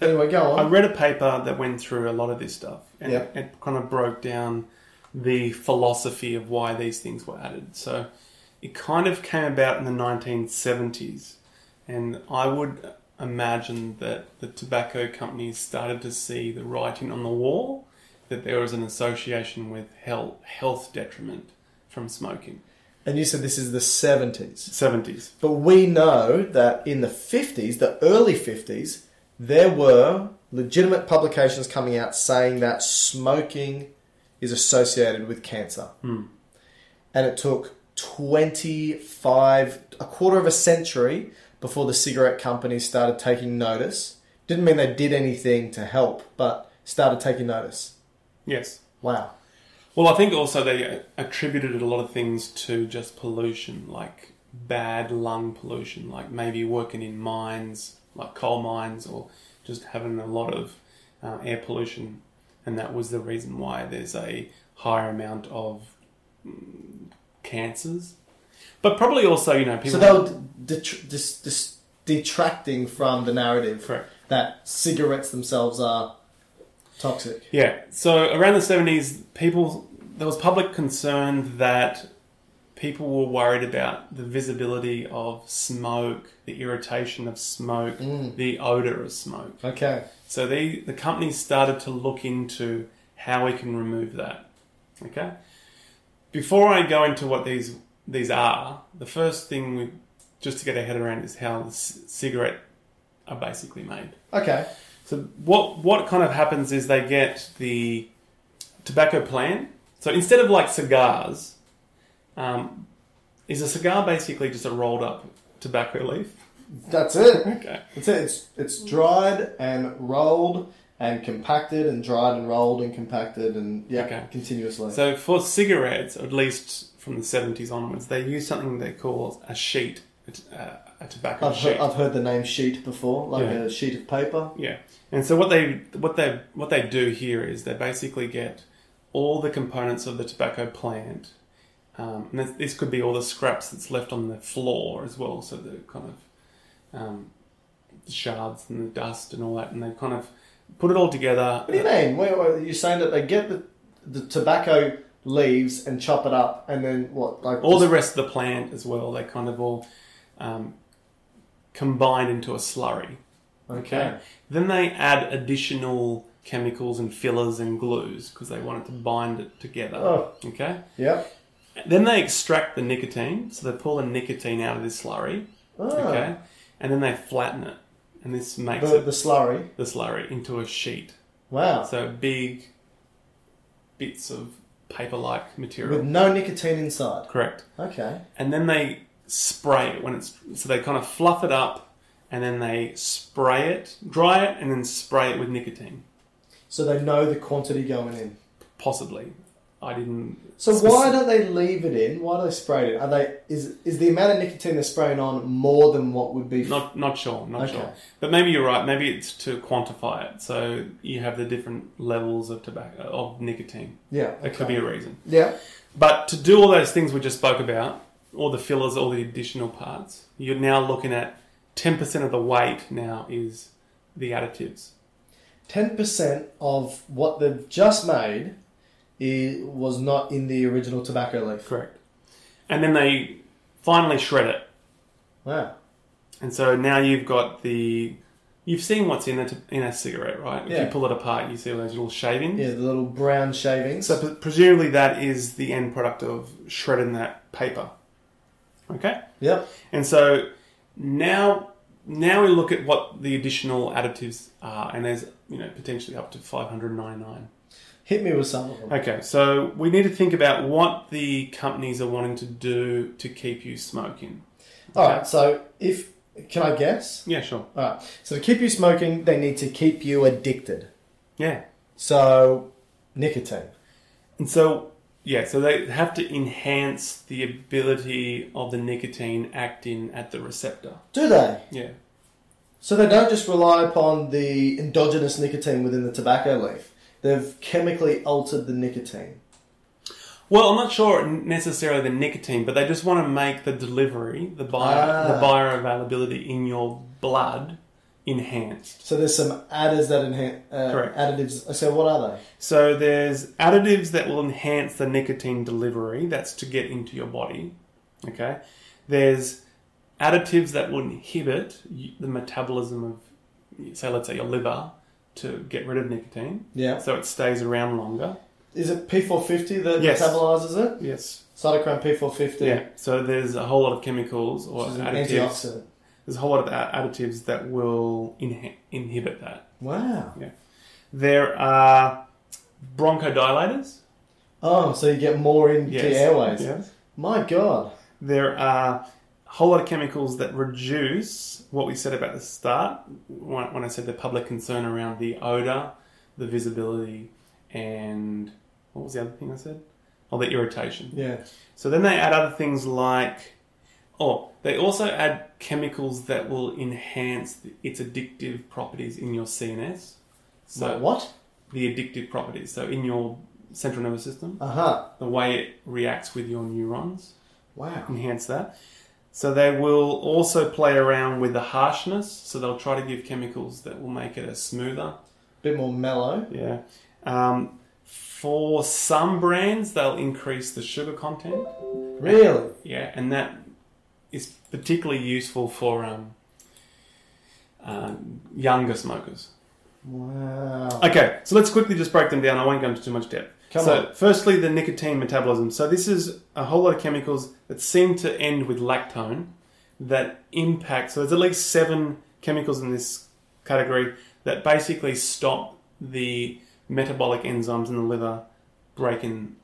[SPEAKER 4] Anyway, go
[SPEAKER 3] I
[SPEAKER 4] on.
[SPEAKER 3] read a paper that went through a lot of this stuff, and
[SPEAKER 4] Yep.
[SPEAKER 3] it kind of broke down the philosophy of why these things were added. So it kind of came about in the 1970s, and I would imagine that the tobacco companies started to see the writing on the wall that there was an association with health, health detriment from smoking.
[SPEAKER 4] And you said this is the seventies,
[SPEAKER 3] 70s.
[SPEAKER 4] but we know that in the fifties, the early fifties, there were legitimate publications coming out saying that smoking is associated with cancer. and it took 25 a quarter of a century before the cigarette companies started taking notice didn't mean they did anything to help but started taking notice
[SPEAKER 3] Yes.
[SPEAKER 4] wow
[SPEAKER 3] Well, I think also they attributed a lot of things to just pollution, like bad lung pollution, like maybe working in mines, like coal mines, or just having a lot of uh, air pollution. And that was the reason why there's a higher amount of mm, cancers. But probably also, you know, people.
[SPEAKER 4] so they were detr- dis- dis- detracting from the narrative
[SPEAKER 3] Correct.
[SPEAKER 4] that cigarettes themselves are toxic
[SPEAKER 3] Yeah. So around the seventies, people there was public concern that people were worried about the visibility of smoke, the irritation of smoke, the odor of smoke.
[SPEAKER 4] okay
[SPEAKER 3] So they the companies started to look into how we can remove that. Okay. Before I go into what these these are, the first thing we just to get our head around is how the c- cigarette are basically made.
[SPEAKER 4] okay
[SPEAKER 3] So what what kind of happens is they get the tobacco plan. So instead of like cigars, um, is a cigar basically just a rolled up tobacco leaf?
[SPEAKER 4] that's it
[SPEAKER 3] Okay.
[SPEAKER 4] that's it it's, it's dried and rolled and compacted and dried and rolled and compacted and yeah
[SPEAKER 3] Okay.
[SPEAKER 4] continuously
[SPEAKER 3] So for cigarettes, at least from the seventies onwards, they use something they call a sheet, a, t- uh, a tobacco
[SPEAKER 4] I've
[SPEAKER 3] sheet.
[SPEAKER 4] heard, I've heard the name sheet before, like
[SPEAKER 3] Yeah.
[SPEAKER 4] a sheet of paper.
[SPEAKER 3] Yeah, and so what they what they what they do here is they basically get all the components of the tobacco plant, um, and this, this could be all the scraps that's left on the floor as well, so the kind of um, shards and the dust and all that, and they kind of put it all together.
[SPEAKER 4] What do you mean? Wait, wait, you're saying that they get the, the tobacco leaves and chop it up, and then what? Like
[SPEAKER 3] All the rest of the plant as well. They kind of all um, combine into a slurry.
[SPEAKER 4] Okay.
[SPEAKER 3] Then they add additional chemicals and fillers and glues because they wanted to bind it together.
[SPEAKER 4] Oh.
[SPEAKER 3] Okay.
[SPEAKER 4] Yep.
[SPEAKER 3] Then they extract the nicotine, so they pull the nicotine out of this slurry.
[SPEAKER 4] Ah.
[SPEAKER 3] Okay. And then they flatten it, and this makes
[SPEAKER 4] The,
[SPEAKER 3] it
[SPEAKER 4] the slurry.
[SPEAKER 3] the slurry into a sheet.
[SPEAKER 4] Wow.
[SPEAKER 3] So big bits of paper-like material.
[SPEAKER 4] With no nicotine inside.
[SPEAKER 3] Correct
[SPEAKER 4] Okay.
[SPEAKER 3] and then they spray it when it's so they kind of fluff it up and then they spray it, dry it, and then spray it with nicotine.
[SPEAKER 4] So they know the quantity going in.
[SPEAKER 3] Possibly. I didn't.
[SPEAKER 4] So
[SPEAKER 3] spec-
[SPEAKER 4] why don't they leave it in? Why do they spray it? Are they is is the amount of nicotine they're spraying on more than what would be?
[SPEAKER 3] Not not sure, not
[SPEAKER 4] Okay.
[SPEAKER 3] sure. But maybe you're right. Maybe it's to quantify it, so you have the different levels of tobacco of nicotine.
[SPEAKER 4] yeah.
[SPEAKER 3] That could be a reason.
[SPEAKER 4] Yeah.
[SPEAKER 3] But to do all those things we just spoke about, all the fillers, all the additional parts, you're now looking at 10% of the weight now is the additives.
[SPEAKER 4] Ten percent of what they've just made i was not in the original tobacco leaf.
[SPEAKER 3] Correct. And then they finally shred it.
[SPEAKER 4] Wow.
[SPEAKER 3] And so now you've got the. You've seen what's in a, t- in a cigarette, right? If
[SPEAKER 4] Yeah.
[SPEAKER 3] you pull it apart, you see all those little shavings.
[SPEAKER 4] Yeah, the little brown shavings.
[SPEAKER 3] So pre- presumably that is the end product of shredding that paper. Okay?
[SPEAKER 4] yep.
[SPEAKER 3] And so now now we look at what the additional additives are, and there's you know potentially up to 599.
[SPEAKER 4] Hit me with some of them.
[SPEAKER 3] Okay, so we need to think about what the companies are wanting to do to keep you smoking.
[SPEAKER 4] All right. So if can I guess?
[SPEAKER 3] Yeah, sure.
[SPEAKER 4] All right. So to keep you smoking, they need to keep you addicted.
[SPEAKER 3] Yeah,
[SPEAKER 4] So nicotine.
[SPEAKER 3] and so yeah, so they have to enhance the ability of the nicotine acting at the receptor.
[SPEAKER 4] Do they?
[SPEAKER 3] Yeah,
[SPEAKER 4] So they don't just rely upon the endogenous nicotine within the tobacco leaf. They've chemically altered the nicotine.
[SPEAKER 3] Well, I'm not sure necessarily the nicotine, but they just want to make the delivery, the bio, the
[SPEAKER 4] Ah.
[SPEAKER 3] bioavailability in your blood enhanced.
[SPEAKER 4] So there's some adders that enhance uh,
[SPEAKER 3] Correct.
[SPEAKER 4] additives. So what are they?
[SPEAKER 3] So there's additives that will enhance the nicotine delivery. That's to get into your body. Okay. There's additives that will inhibit y- the metabolism of, say, let's say your liver to get rid of nicotine.
[SPEAKER 4] Yeah.
[SPEAKER 3] So it stays around longer.
[SPEAKER 4] Is it P450 that
[SPEAKER 3] Yes.
[SPEAKER 4] metabolizes it?
[SPEAKER 3] Yes.
[SPEAKER 4] Cytochrome P450.
[SPEAKER 3] Yeah. So there's a whole lot of chemicals or
[SPEAKER 4] Which is an
[SPEAKER 3] additives.
[SPEAKER 4] antioxidant.
[SPEAKER 3] There's a whole lot of a- additives that will inhi- inhibit that.
[SPEAKER 4] Wow.
[SPEAKER 3] There are bronchodilators.
[SPEAKER 4] Oh, so you get more into
[SPEAKER 3] Yes.
[SPEAKER 4] airways.
[SPEAKER 3] Yes.
[SPEAKER 4] My God.
[SPEAKER 3] There are a whole lot of chemicals that reduce what we said about the start when when I said the public concern around the odor, the visibility, and what was the other thing I said? Oh, the irritation.
[SPEAKER 4] Yeah.
[SPEAKER 3] So then they add other things like, oh, they also add chemicals that will enhance the, its addictive properties in your CNS. So
[SPEAKER 4] Like what?
[SPEAKER 3] the addictive properties. So in your central nervous system,
[SPEAKER 4] Uh huh.
[SPEAKER 3] the way it reacts with your neurons,
[SPEAKER 4] Wow.
[SPEAKER 3] enhance that. So they will also play around with the harshness. So they'll try to give chemicals that will make it a smoother.
[SPEAKER 4] Bit more mellow.
[SPEAKER 3] Yeah. Um, for some brands, they'll increase the sugar content.
[SPEAKER 4] Really?
[SPEAKER 3] Yeah, and that is particularly useful for um, um, younger smokers.
[SPEAKER 4] Wow.
[SPEAKER 3] Okay, so let's quickly just break them down. I won't go into too much depth.
[SPEAKER 4] Come
[SPEAKER 3] so,
[SPEAKER 4] on.
[SPEAKER 3] firstly, the nicotine metabolism. So, this is a whole lot of chemicals that seem to end with lactone that impact. So, there's at least seven chemicals in this category that basically stop the metabolic enzymes in the liver breaking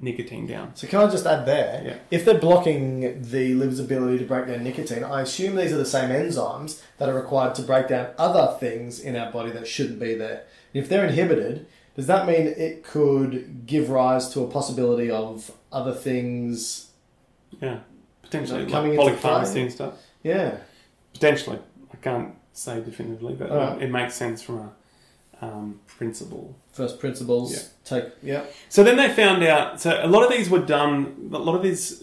[SPEAKER 3] nicotine down.
[SPEAKER 4] So can I just add there?
[SPEAKER 3] Yeah.
[SPEAKER 4] If they're blocking the liver's ability to break down nicotine, I assume these are the same enzymes that are required to break down other things in our body that shouldn't be there. If they're inhibited, does that mean it could give rise to a possibility of other things?
[SPEAKER 3] Yeah, potentially.
[SPEAKER 4] Coming
[SPEAKER 3] Like
[SPEAKER 4] into
[SPEAKER 3] polypharmacy
[SPEAKER 4] play.
[SPEAKER 3] and stuff.
[SPEAKER 4] Yeah.
[SPEAKER 3] Potentially. I can't say definitively, but
[SPEAKER 4] Alright.
[SPEAKER 3] it makes sense from a um, principle.
[SPEAKER 4] First principles.
[SPEAKER 3] Yeah.
[SPEAKER 4] Take. Yeah.
[SPEAKER 3] So then they found out. So a lot of these were done. A lot of these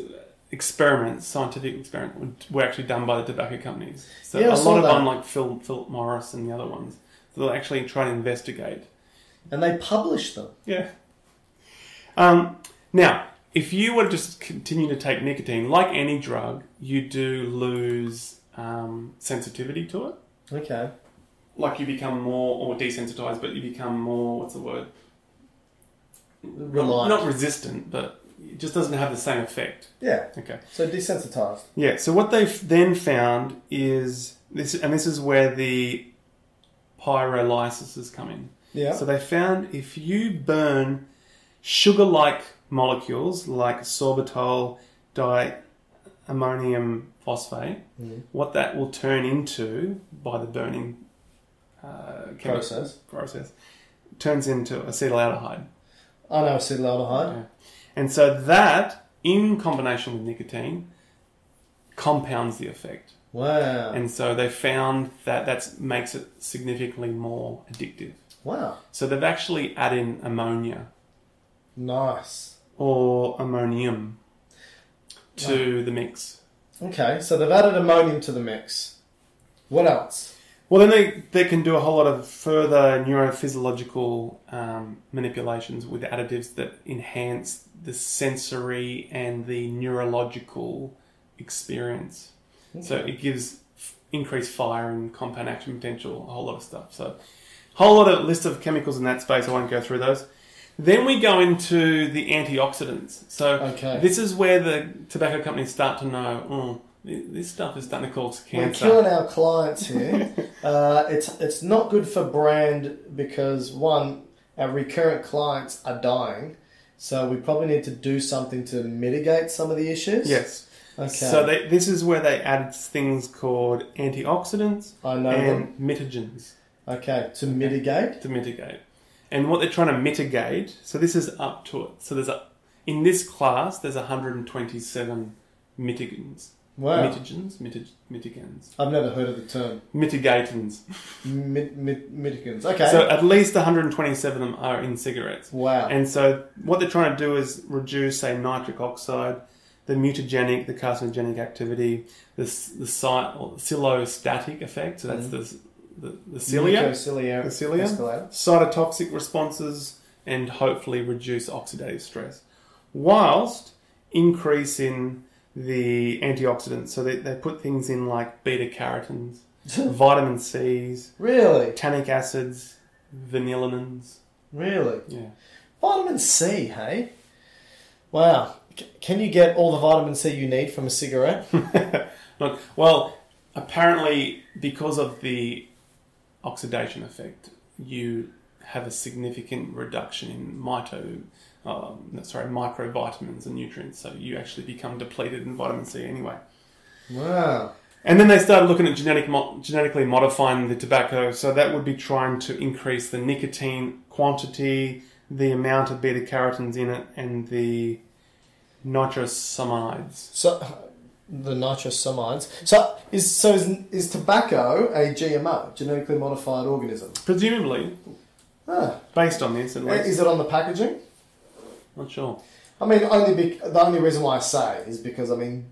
[SPEAKER 3] experiments, scientific experiments, were actually done by the tobacco companies. So
[SPEAKER 4] Yeah, I
[SPEAKER 3] a
[SPEAKER 4] saw
[SPEAKER 3] lot of
[SPEAKER 4] that.
[SPEAKER 3] them, like Phil, Philip Morris and the other ones, so they'll actually try to investigate.
[SPEAKER 4] And they publish them.
[SPEAKER 3] Yeah. Um, now, if you were to just continue to take nicotine, like any drug, you do lose um, sensitivity to it.
[SPEAKER 4] Okay.
[SPEAKER 3] Like you become more, or desensitized, but you become more. What's the word?
[SPEAKER 4] Reliant.
[SPEAKER 3] Not resistant, but it just doesn't have the same effect.
[SPEAKER 4] yeah.
[SPEAKER 3] Okay.
[SPEAKER 4] So desensitized.
[SPEAKER 3] Yeah, so what they've then found is this, and this is where the pyrolysis has come in.
[SPEAKER 4] Yeah.
[SPEAKER 3] So they found if you burn sugar like molecules like sorbitol, di, ammonium phosphate,
[SPEAKER 4] Mm-hmm.
[SPEAKER 3] what that will turn into by the burning uh, chemical
[SPEAKER 4] Process.
[SPEAKER 3] process turns into acetaldehyde.
[SPEAKER 4] I know acetaldehyde.
[SPEAKER 3] And so that, in combination with nicotine, compounds the effect.
[SPEAKER 4] Wow.
[SPEAKER 3] And so they found that that makes it significantly more addictive.
[SPEAKER 4] wow.
[SPEAKER 3] So they've actually added in ammonia
[SPEAKER 4] Nice.
[SPEAKER 3] or ammonium to the mix.
[SPEAKER 4] Okay, so they've added ammonium to the mix. What else?
[SPEAKER 3] Well, then they, they can do a whole lot of further neurophysiological um, manipulations with additives that enhance the sensory and the neurological experience.
[SPEAKER 4] Hmm.
[SPEAKER 3] So it gives f- increased fire and compound action potential, a whole lot of stuff. So, whole lot of list of chemicals in that space. I won't go through those. Then we go into the antioxidants. So
[SPEAKER 4] Okay.
[SPEAKER 3] this is where the tobacco companies start to know, oh, th- this stuff is starting to cause
[SPEAKER 4] We're
[SPEAKER 3] cancer.
[SPEAKER 4] killing our clients here. uh, it's it's not good for brand because one, our recurrent clients are dying, so we probably need to do something to mitigate some of the issues.
[SPEAKER 3] Yes.
[SPEAKER 4] Okay.
[SPEAKER 3] So they, this is where they add things called antioxidants
[SPEAKER 4] I know
[SPEAKER 3] and mitigens
[SPEAKER 4] okay to mitigate.
[SPEAKER 3] to mitigate. And what they're trying to mitigate, so this is up to it. So there's a in this class there's 127 mitigants.
[SPEAKER 4] Wow.
[SPEAKER 3] Mitigens, mitig- mitigants,
[SPEAKER 4] I've never heard of the term
[SPEAKER 3] mitigatants.
[SPEAKER 4] mit, mit, mitigants. Okay.
[SPEAKER 3] So uh, at least 127 of them are in cigarettes.
[SPEAKER 4] Wow.
[SPEAKER 3] And so what they're trying to do is reduce, say, nitric oxide, the mutagenic, the carcinogenic activity, the s- the cy- or cilostatic effect. So that's
[SPEAKER 4] Mm.
[SPEAKER 3] the s- the the cilia,
[SPEAKER 4] Mucocelia
[SPEAKER 3] the cilia,
[SPEAKER 4] escalator.
[SPEAKER 3] cytotoxic responses, and hopefully reduce oxidative stress, whilst increasing the antioxidants. So they, they put things in like beta carotens, vitamin C's,
[SPEAKER 4] Really,
[SPEAKER 3] tannic acids, vanillinins.
[SPEAKER 4] really.
[SPEAKER 3] Yeah.
[SPEAKER 4] Vitamin C, hey? Wow. C- can you get all the vitamin C you need from a cigarette?
[SPEAKER 3] Look, well, apparently because of the oxidation effect, you have a significant reduction in mito, um, no, sorry, microvitamins and nutrients. So you actually become depleted in vitamin C anyway.
[SPEAKER 4] wow.
[SPEAKER 3] And then they started looking at genetic mo- genetically modifying the tobacco. So that would be trying to increase the nicotine quantity, the amount of beta carotens in it, and the nitrosamides.
[SPEAKER 4] So the nitrosamides. So is so is, is tobacco a GMO, genetically modified organism?
[SPEAKER 3] Presumably,
[SPEAKER 4] Ah.
[SPEAKER 3] based on this, at least.
[SPEAKER 4] Is it on the packaging?
[SPEAKER 3] Not sure.
[SPEAKER 4] I mean, only bec the only reason why I say is because I mean,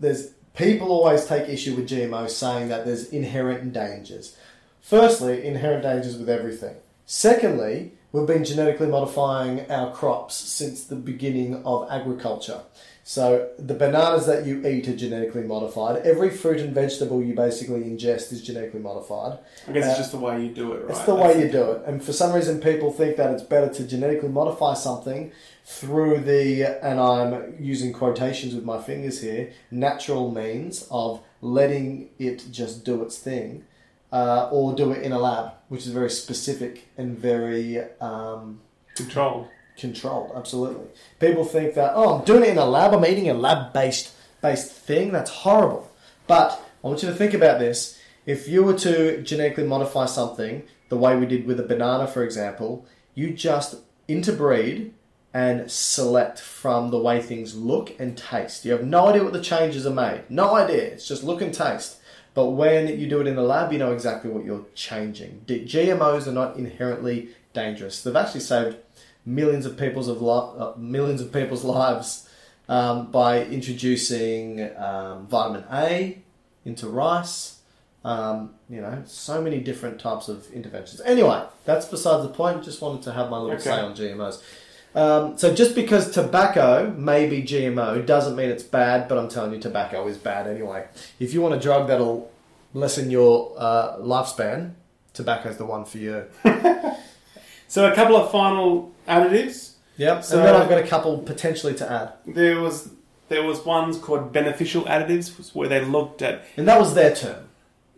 [SPEAKER 4] there's people always take issue with GMO saying that there's inherent dangers. Firstly, inherent dangers with everything. Secondly, we've been genetically modifying our crops since the beginning of agriculture. So the bananas that you eat are genetically modified. Every fruit and vegetable you basically ingest is genetically modified.
[SPEAKER 3] I guess it's just the way you do it, right?
[SPEAKER 4] It's the way you do it. And for some reason, people think that it's better to genetically modify something through the, and I'm using quotations with my fingers here, natural means of letting it just do its thing uh, or do it in a lab, which is very specific and very um,
[SPEAKER 3] Controlled.
[SPEAKER 4] controlled. Absolutely. People think that, oh, I'm doing it in a lab, I'm eating a lab based based thing. That's horrible. But I want you to think about this. If you were to genetically modify something the way we did with a banana, for example, you just interbreed and select from the way things look and taste. You have no idea what the changes are made. No idea. It's just look and taste. But when you do it in the lab, you know exactly what you're changing. D- GMOs are not inherently dangerous. They've actually saved millions of people's of li- uh, millions of people's lives um, by introducing um, vitamin A into rice. Um, you know, so many different types of interventions. Anyway, that's besides the point. Just wanted to have my little say
[SPEAKER 3] Okay.
[SPEAKER 4] on GMOs. Um, so just because tobacco may be GMO doesn't mean it's bad, but I'm telling you, tobacco is bad anyway. If you want a drug that'll lessen your uh, lifespan, tobacco's the one for you.
[SPEAKER 3] So a couple of final additives.
[SPEAKER 4] Yep.
[SPEAKER 3] So-
[SPEAKER 4] and then I've got a couple potentially to add,
[SPEAKER 3] There was there was ones called beneficial additives, where they looked at
[SPEAKER 4] and that was their term.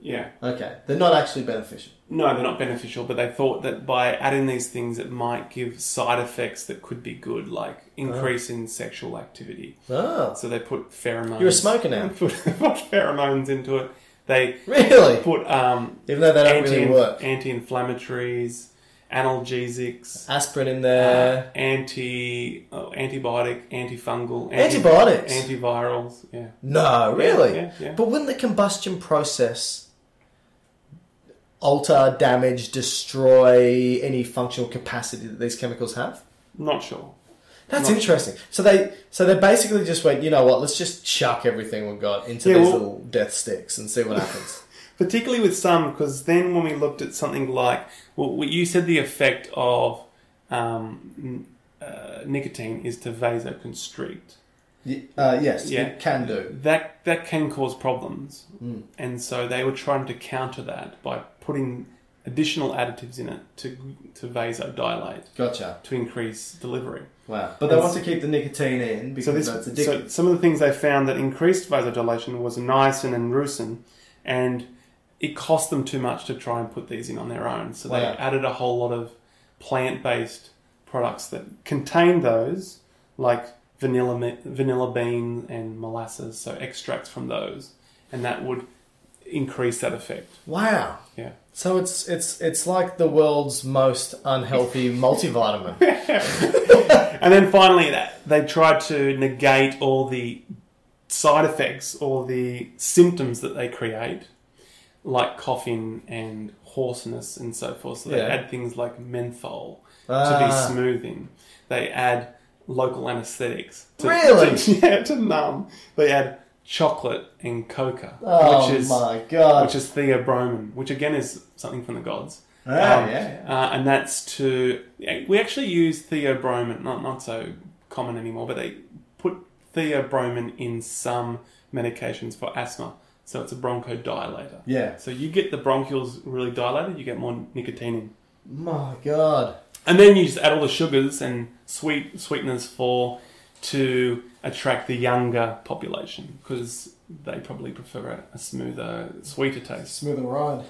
[SPEAKER 3] Yeah.
[SPEAKER 4] Okay, they're not actually beneficial.
[SPEAKER 3] No, they're not beneficial, but they thought that by adding these things, it might give side effects that could be good, like increase in sexual activity.
[SPEAKER 4] Oh,
[SPEAKER 3] So they put pheromones.
[SPEAKER 4] You're a smoker now.
[SPEAKER 3] Put, put pheromones into it. They
[SPEAKER 4] really?
[SPEAKER 3] put um,
[SPEAKER 4] Even though they don't really work.
[SPEAKER 3] anti-inflammatories, analgesics,
[SPEAKER 4] Aspirin in
[SPEAKER 3] uh,
[SPEAKER 4] there.
[SPEAKER 3] anti oh, antibiotic, antifungal,
[SPEAKER 4] Antibiotics?
[SPEAKER 3] antivirals. Yeah,
[SPEAKER 4] no, really.
[SPEAKER 3] yeah, yeah.
[SPEAKER 4] But wouldn't the combustion process alter, damage, destroy any functional capacity that these chemicals have?
[SPEAKER 3] not sure.
[SPEAKER 4] That's interesting. So they so they basically just went, you know what? Let's just chuck everything we've got into
[SPEAKER 3] Yeah,
[SPEAKER 4] these
[SPEAKER 3] well-
[SPEAKER 4] little death sticks and see what happens.
[SPEAKER 3] particularly with some because then when we looked at something like well what you said the effect of um, n- uh, nicotine is to vasoconstrict
[SPEAKER 4] Y- uh, yes,
[SPEAKER 3] Yeah.
[SPEAKER 4] it can do.
[SPEAKER 3] that that can cause problems and so they were trying to counter that by putting additional additives in it to to vasodilate
[SPEAKER 4] Gotcha.
[SPEAKER 3] to increase delivery
[SPEAKER 4] Wow. But they want to keep the nicotine in because
[SPEAKER 3] so this
[SPEAKER 4] that's
[SPEAKER 3] so
[SPEAKER 4] addictive.
[SPEAKER 3] some of the things they found that increased vasodilation was niacin and rusin and it cost them too much to try and put these in on their own so they
[SPEAKER 4] Wow.
[SPEAKER 3] added a whole lot of plant-based products that contained those like vanilla mi- vanilla bean and molasses so extracts from those and that would increase that effect
[SPEAKER 4] wow.
[SPEAKER 3] yeah
[SPEAKER 4] So it's it's it's like the world's most unhealthy multivitamin.
[SPEAKER 3] And then finally, that they tried to negate all the side effects, all the symptoms that they create, like coughing and hoarseness and so forth. So they
[SPEAKER 4] Yeah.
[SPEAKER 3] add things like menthol
[SPEAKER 4] Ah.
[SPEAKER 3] to be smoothing. They add local anesthetics. To,
[SPEAKER 4] Really?
[SPEAKER 3] To, yeah, to numb. They add chocolate and coca,
[SPEAKER 4] Oh
[SPEAKER 3] which is
[SPEAKER 4] my god!
[SPEAKER 3] which is theobromine, which again is something from the gods.
[SPEAKER 4] Ah, yeah,
[SPEAKER 3] Uh, and that's to yeah, we actually use theobromine, not not so common anymore, but they put theobromine in some medications for asthma. So it's a bronchodilator.
[SPEAKER 4] Yeah.
[SPEAKER 3] So you get the bronchioles really dilated, you get more nicotine in.
[SPEAKER 4] my god!
[SPEAKER 3] And then you just add all the sugars and sweet sweeteners for to attract the younger population because they probably prefer a, a smoother, sweeter taste.
[SPEAKER 4] Smooth and ride.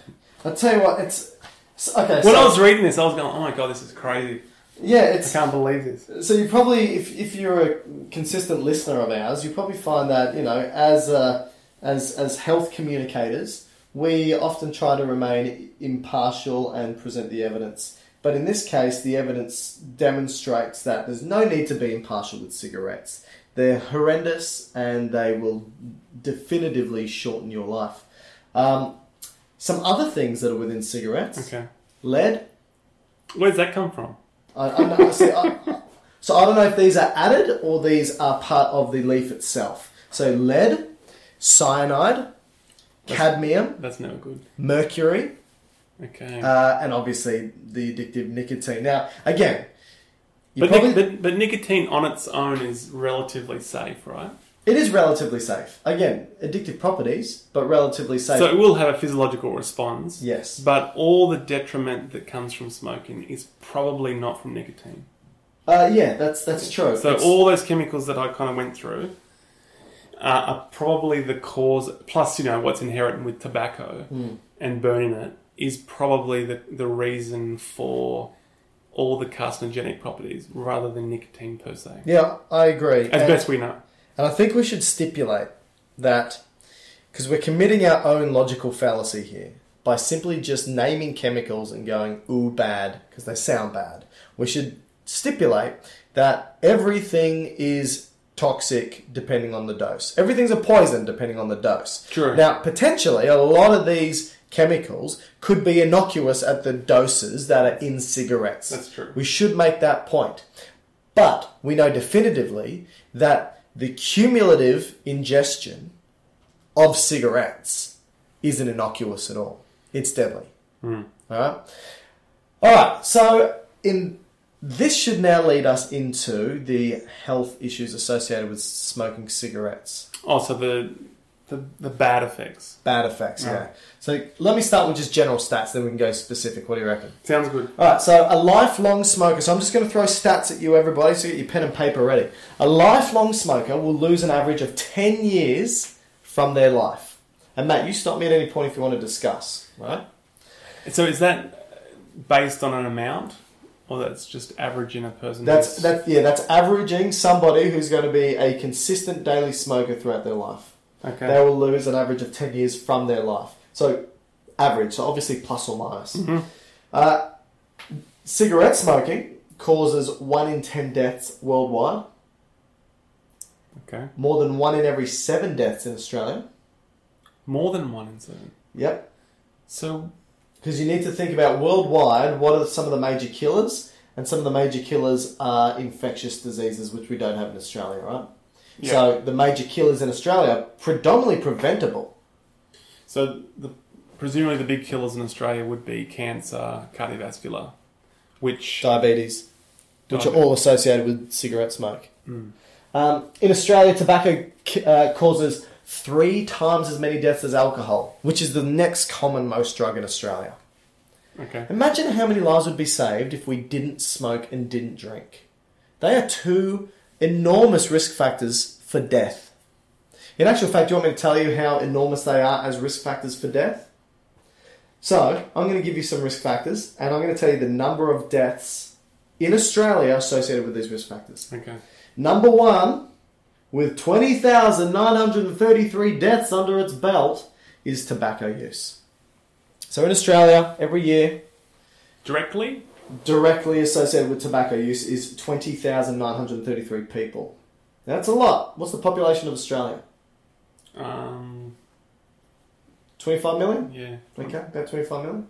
[SPEAKER 4] I tell you what, it's so- okay.
[SPEAKER 3] When
[SPEAKER 4] so,
[SPEAKER 3] I was reading this, I was going, "Oh my god, this is crazy!
[SPEAKER 4] yeah,
[SPEAKER 3] I
[SPEAKER 4] it's
[SPEAKER 3] can't believe this."
[SPEAKER 4] so you probably if if you're a consistent listener of ours, you probably find that you know as uh, as as health communicators, we often try to remain impartial and present the evidence. But in this case, the evidence demonstrates that there's no need to be impartial with cigarettes. They're horrendous and they will definitively shorten your life. Um, some other things that are within cigarettes
[SPEAKER 3] Okay,
[SPEAKER 4] lead,
[SPEAKER 3] where does that come from?
[SPEAKER 4] I, I, know- I see, I, I- so I don't know if these are added or these are part of the leaf itself. So lead, cyanide, cadmium,
[SPEAKER 3] That's never good.
[SPEAKER 4] mercury,
[SPEAKER 3] Okay,
[SPEAKER 4] uh, and obviously the addictive nicotine. Now, again, you
[SPEAKER 3] but, nic-
[SPEAKER 4] probably,
[SPEAKER 3] but but nicotine on its own is relatively safe, right?
[SPEAKER 4] it is relatively safe. Again, addictive properties, but relatively safe.
[SPEAKER 3] So it will have a physiological response.
[SPEAKER 4] Yes.
[SPEAKER 3] But all the detriment that comes from smoking is probably not from nicotine.
[SPEAKER 4] uh, yeah, that's that's true.
[SPEAKER 3] So
[SPEAKER 4] It's-
[SPEAKER 3] all those chemicals that I kind of went through uh, are probably the cause. Plus, you know what's inherent with tobacco
[SPEAKER 4] Hmm.
[SPEAKER 3] and burning it is probably the the reason for all the carcinogenic properties, rather than nicotine per se.
[SPEAKER 4] yeah, I agree.
[SPEAKER 3] As
[SPEAKER 4] And-
[SPEAKER 3] best we know.
[SPEAKER 4] And I think we should stipulate that because we're committing our own logical fallacy here by simply just naming chemicals and going, ooh, bad, because they sound bad. We should stipulate that everything is toxic depending on the dose. Everything's a poison depending on the dose.
[SPEAKER 3] True.
[SPEAKER 4] Now, potentially, a lot of these chemicals could be innocuous at the doses that are in cigarettes.
[SPEAKER 3] That's true.
[SPEAKER 4] We should make that point. But we know definitively that the cumulative ingestion of cigarettes isn't innocuous at all. It's deadly. All right. All right. So in this should now lead us into the health issues associated with smoking cigarettes.
[SPEAKER 3] Also, Oh, the the, the bad effects.
[SPEAKER 4] Bad effects. Yeah. So let me start with just general stats, then we can go specific. What do you reckon?
[SPEAKER 3] Sounds good.
[SPEAKER 4] All right, so a lifelong smoker. So I'm just going to throw stats at you, everybody, so get your pen and paper ready. A lifelong smoker will lose an average of 10 years from their life. And Matt, you stop me at any point if you want to discuss, right?
[SPEAKER 3] So is that based on an amount, or that's just average in a person? who's-
[SPEAKER 4] That's that yeah, that's averaging somebody who's going to be a consistent daily smoker throughout their life.
[SPEAKER 3] okay.
[SPEAKER 4] They will lose an average of 10 years from their life. So, average, so obviously plus or minus. Uh, cigarette smoking causes 1 in 10 deaths worldwide,
[SPEAKER 3] okay.
[SPEAKER 4] more than 1 in every 7 deaths in Australia.
[SPEAKER 3] More than one in seven.
[SPEAKER 4] Yep.
[SPEAKER 3] So
[SPEAKER 4] Because you need to think about worldwide what are some of the major killers, and some of the major killers are infectious diseases, which we don't have in Australia, right?
[SPEAKER 3] Yeah.
[SPEAKER 4] So the major killers in Australia are predominantly preventable.
[SPEAKER 3] so the presumably the big killers in Australia would be cancer, cardiovascular, which
[SPEAKER 4] Diabetes, which are
[SPEAKER 3] Diabetes.
[SPEAKER 4] all associated with cigarette smoke. Um, in Australia, tobacco c- uh, causes three times as many deaths as alcohol, which is the next common most drug in Australia.
[SPEAKER 3] okay.
[SPEAKER 4] Imagine how many lives would be saved if we didn't smoke and didn't drink. They are two enormous risk factors for death. In actual fact, do you want me to tell you how enormous they are as risk factors for death? So, I'm going to give you some risk factors and I'm going to tell you the number of deaths in Australia associated with these risk factors.
[SPEAKER 3] Okay.
[SPEAKER 4] Number one, with 20,933 deaths under its belt, is tobacco use. So, in Australia, every year,
[SPEAKER 3] Directly.
[SPEAKER 4] directly associated with tobacco use is 20,933 people. Now, that's a lot. What's the population of Australia?
[SPEAKER 3] Um.
[SPEAKER 4] 25 million?
[SPEAKER 3] Yeah.
[SPEAKER 4] Okay, about 25 million.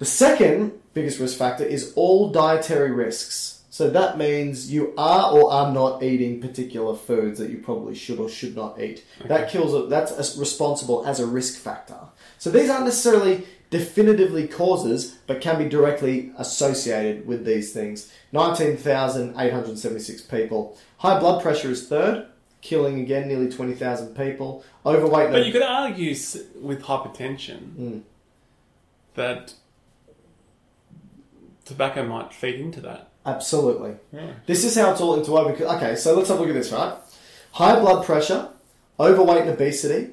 [SPEAKER 4] The second biggest risk factor is all dietary risks. So that means you are or are not eating particular foods that you probably should or should not eat. That kills. a- That's as responsible as a risk factor. So these aren't necessarily definitively causes, but can be directly associated with these things. Nineteen thousand eight hundred seventy-six people. High blood pressure is third, killing again nearly twenty thousand people. Overweight.
[SPEAKER 3] But you could argue s- with hypertension
[SPEAKER 4] Hmm.
[SPEAKER 3] that tobacco might feed into that.
[SPEAKER 4] Absolutely. This is how it's all interwoven. 'cause- Okay, so let's have a look at this, right? High blood pressure, overweight and obesity,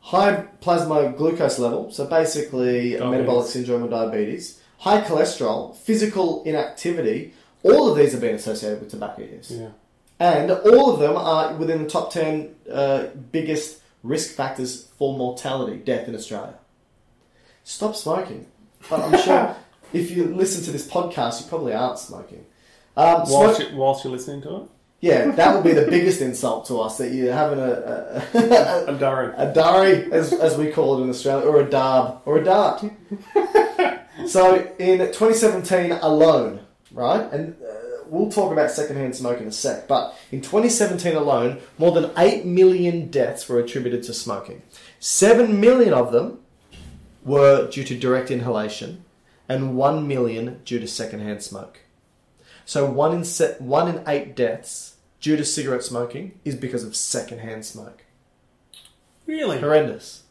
[SPEAKER 4] high plasma glucose level, so basically a
[SPEAKER 3] Diabetes.
[SPEAKER 4] metabolic syndrome or diabetes, high cholesterol, physical inactivity, all of these have been associated with tobacco use.
[SPEAKER 3] Yeah.
[SPEAKER 4] And all of them are within the top 10 uh, biggest risk factors for mortality, death in Australia. Stop smoking. But I'm sure if you listen to this podcast, you probably aren't smoking. Um,
[SPEAKER 3] Whilst,
[SPEAKER 4] smoke-
[SPEAKER 3] you, whilst you're listening to it,
[SPEAKER 4] yeah, that would be the biggest insult to us that you're having a, a,
[SPEAKER 3] a diary.
[SPEAKER 4] a dari, as, as we call it in Australia, or a darb, or a dart. so in 2017 alone, right, and uh, we'll talk about secondhand smoke in a sec, but in 2017 alone, more than 8 million deaths were attributed to smoking. 7 million of them were due to direct inhalation, and 1 million due to secondhand smoke. So one in, se- one in eight deaths due to cigarette smoking is because of secondhand smoke.
[SPEAKER 3] really?
[SPEAKER 4] Horrendous.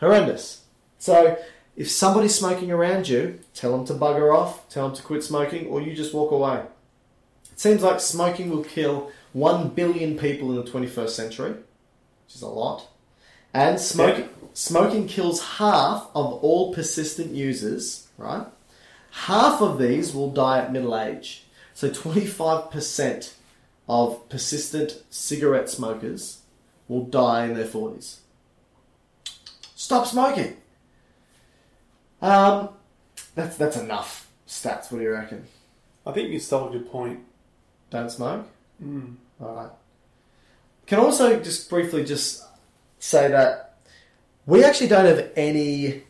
[SPEAKER 4] Horrendous. So, if somebody's smoking around you, tell them to bugger off, tell them to quit smoking, or you just walk away. It seems like smoking will kill 1 billion people in the 21st century, which is a lot. And smoke,
[SPEAKER 3] Yeah.
[SPEAKER 4] smoking kills half of all persistent users, right? Half of these will die at middle age. So 25% of persistent cigarette smokers will die in their 40s. Stop smoking. Um, that's that's enough stats. What do you reckon?
[SPEAKER 3] I think you sold your point.
[SPEAKER 4] Don't smoke. Mm. All right. Can also just briefly just say that we actually don't have any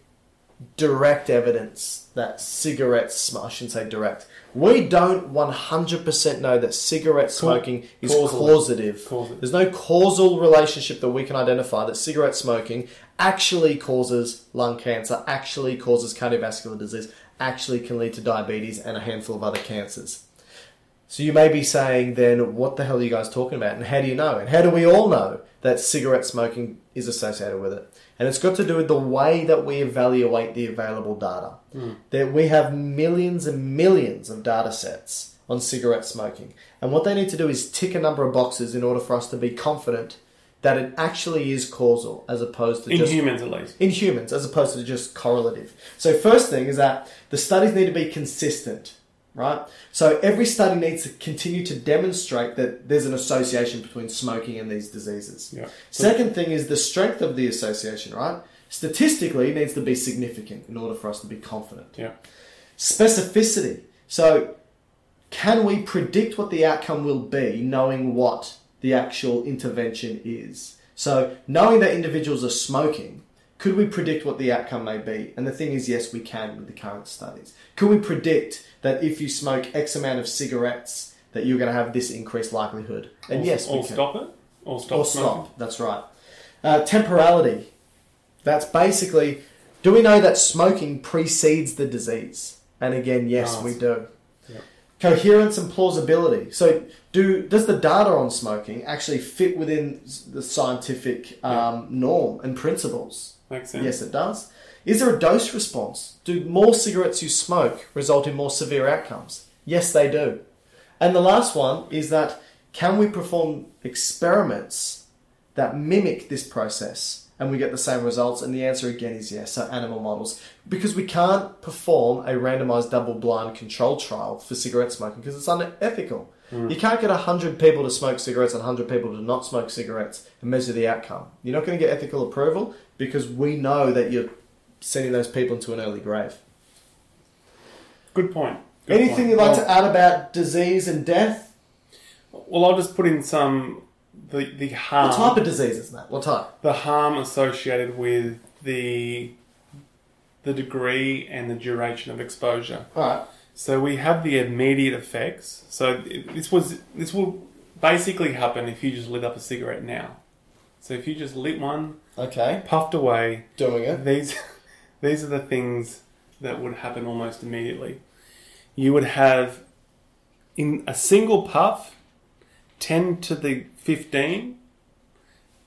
[SPEAKER 4] direct evidence that cigarette smoke. I shouldn't say direct. We don't one hundred percent know that cigarette smoking is
[SPEAKER 3] causal.
[SPEAKER 4] causative.
[SPEAKER 3] Causal.
[SPEAKER 4] There's no causal relationship that we can identify that cigarette smoking actually causes lung cancer, actually causes cardiovascular disease, actually can lead to diabetes and a handful of other cancers. So you may be saying then, what the hell are you guys talking about? And how do you know? And how do we all know that cigarette smoking is associated with it? And it's got to do with the way that we evaluate the available data. That we have millions and millions of data sets on cigarette smoking. And what they need to do is tick a number of boxes in order for us to be confident that it actually is causal as opposed to
[SPEAKER 3] in
[SPEAKER 4] just
[SPEAKER 3] humans at least.
[SPEAKER 4] in humans as opposed to just correlative. So first thing is that the studies need to be consistent, right? So every study needs to continue to demonstrate that there's an association between smoking and these diseases.
[SPEAKER 3] Yeah.
[SPEAKER 4] Second thing is the strength of the association, right? Statistically it needs to be significant in order for us to be confident.
[SPEAKER 3] Yeah.
[SPEAKER 4] Specificity. So can we predict what the outcome will be knowing what the actual intervention is? So, knowing that individuals are smoking, could we predict what the outcome may be? And the thing is, yes, we can with the current studies. Could we predict that if you smoke X amount of cigarettes, that you're going to have this increased likelihood? And
[SPEAKER 3] Or-
[SPEAKER 4] yes, we
[SPEAKER 3] or
[SPEAKER 4] can.
[SPEAKER 3] stop it. Or stop
[SPEAKER 4] or
[SPEAKER 3] smoking.
[SPEAKER 4] stop. That's right. Uh, temporality. That's basically, do we know that smoking precedes the disease? And again, yes, we do. Coherence and plausibility. So, do does the data on smoking actually fit within s- the scientific um, norm and principles?
[SPEAKER 3] Makes sense.
[SPEAKER 4] Yes, it does. Is there a dose response? Do more cigarettes you smoke result in more severe outcomes? Yes, they do. And the last one is that can we perform experiments that mimic this process and we get the same results? And the answer again is yes, so animal models. Because we can't perform a randomized double blind control trial for cigarette smoking because it's unethical. You can't get 100 people to smoke cigarettes and 100 people to not smoke cigarettes and measure the outcome. You're not going to get ethical approval because we know that you're sending those people into an early grave.
[SPEAKER 3] Good point. Good
[SPEAKER 4] Anything
[SPEAKER 3] point.
[SPEAKER 4] you'd like
[SPEAKER 3] Well-
[SPEAKER 4] to add about disease and death?
[SPEAKER 3] Well, I'll just put in some the the harm
[SPEAKER 4] What type of diseases, Matt? What type?
[SPEAKER 3] the harm associated with the the degree and the duration of exposure.
[SPEAKER 4] All right.
[SPEAKER 3] So we have the immediate effects. So it- this was this will basically happen if you just lit up a cigarette now. So if you just lit one,
[SPEAKER 4] Okay.
[SPEAKER 3] puffed away,
[SPEAKER 4] Doing it.
[SPEAKER 3] these these are the things that would happen almost immediately. You would have in a single puff, ten to the fifteen,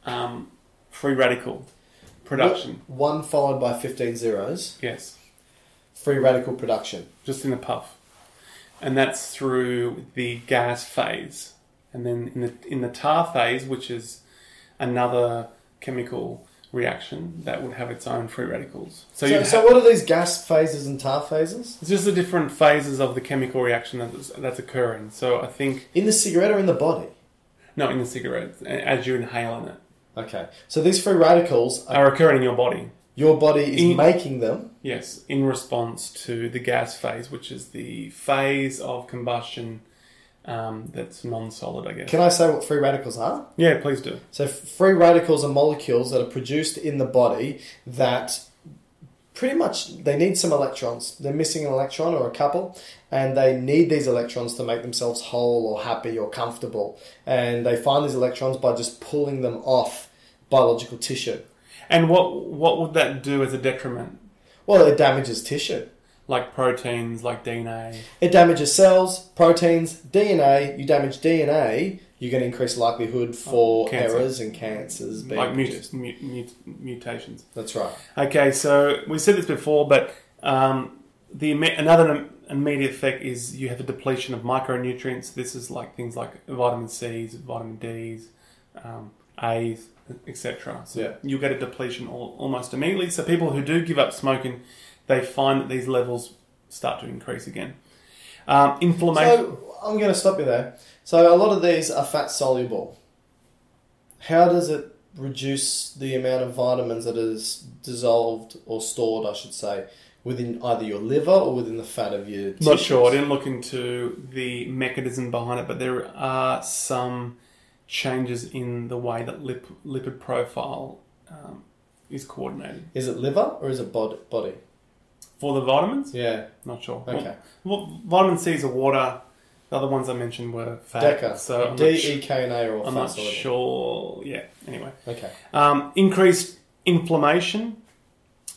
[SPEAKER 3] um, free radical production.
[SPEAKER 4] One followed by 15 zeros.
[SPEAKER 3] Yes,
[SPEAKER 4] Free radical production.
[SPEAKER 3] just in a puff, and that's through the gas phase, and then in the in the tar phase, which is another chemical reaction that would have its own free radicals.
[SPEAKER 4] So,
[SPEAKER 3] you'd
[SPEAKER 4] so
[SPEAKER 3] ha-
[SPEAKER 4] what are these gas phases and tar phases?
[SPEAKER 3] It's just the different phases of the chemical reaction that's, that's occurring. So I think
[SPEAKER 4] In the cigarette or in the body?
[SPEAKER 3] not in the cigarette a- as you inhale in it
[SPEAKER 4] Okay. So these free radicals, are,
[SPEAKER 3] are occurring in your body.
[SPEAKER 4] your body is
[SPEAKER 3] In-
[SPEAKER 4] making them.
[SPEAKER 3] Yes, in response to the gas phase, which is the phase of combustion um, that's non-solid, I guess.
[SPEAKER 4] Can I say what free radicals are?
[SPEAKER 3] yeah, please do.
[SPEAKER 4] So f- free radicals are molecules that are produced in the body that pretty much they need some electrons. They're missing an electron or a couple, and they need these electrons to make themselves whole or happy or comfortable. And they find these electrons by just pulling them off biological tissue.
[SPEAKER 3] And what what would that do as a detriment?
[SPEAKER 4] Well, it damages tissue.
[SPEAKER 3] Like proteins, like DNA.
[SPEAKER 4] It damages cells, proteins, DNA. You damage DNA, you're going to increase likelihood for
[SPEAKER 3] Cancer.
[SPEAKER 4] errors and cancers being
[SPEAKER 3] like
[SPEAKER 4] produced.
[SPEAKER 3] mut- mut- mut- mutations.
[SPEAKER 4] That's right.
[SPEAKER 3] Okay, so we said this before, but um, the imme- another im- immediate effect is you have a depletion of micronutrients. This is like things like vitamin C's, vitamin D's, um, A's, etc. So
[SPEAKER 4] Yeah.
[SPEAKER 3] you'll get a depletion all, almost immediately. So people who do give up smoking, they find that these levels start to increase again. Um, inflammation.
[SPEAKER 4] So I'm going to stop you there. So a lot of these are fat soluble. How does it reduce the amount of vitamins that is dissolved or stored, I should say, within either your liver or within the fat of your?
[SPEAKER 3] Not
[SPEAKER 4] tissues?
[SPEAKER 3] sure. I didn't look into the mechanism behind it, but there are some changes in the way that lip, lipid profile um, is coordinated.
[SPEAKER 4] Is it liver or is it bod- body?
[SPEAKER 3] For the vitamins,
[SPEAKER 4] Yeah.
[SPEAKER 3] not sure.
[SPEAKER 4] Okay.
[SPEAKER 3] Well, well, vitamin C is a water. The other ones I mentioned were fat.
[SPEAKER 4] Deca.
[SPEAKER 3] So I'm
[SPEAKER 4] D
[SPEAKER 3] not,
[SPEAKER 4] E
[SPEAKER 3] su-
[SPEAKER 4] K and A or
[SPEAKER 3] I'm
[SPEAKER 4] fat
[SPEAKER 3] not
[SPEAKER 4] soluble.
[SPEAKER 3] sure. Yeah. Anyway,
[SPEAKER 4] Okay.
[SPEAKER 3] um, increased inflammation.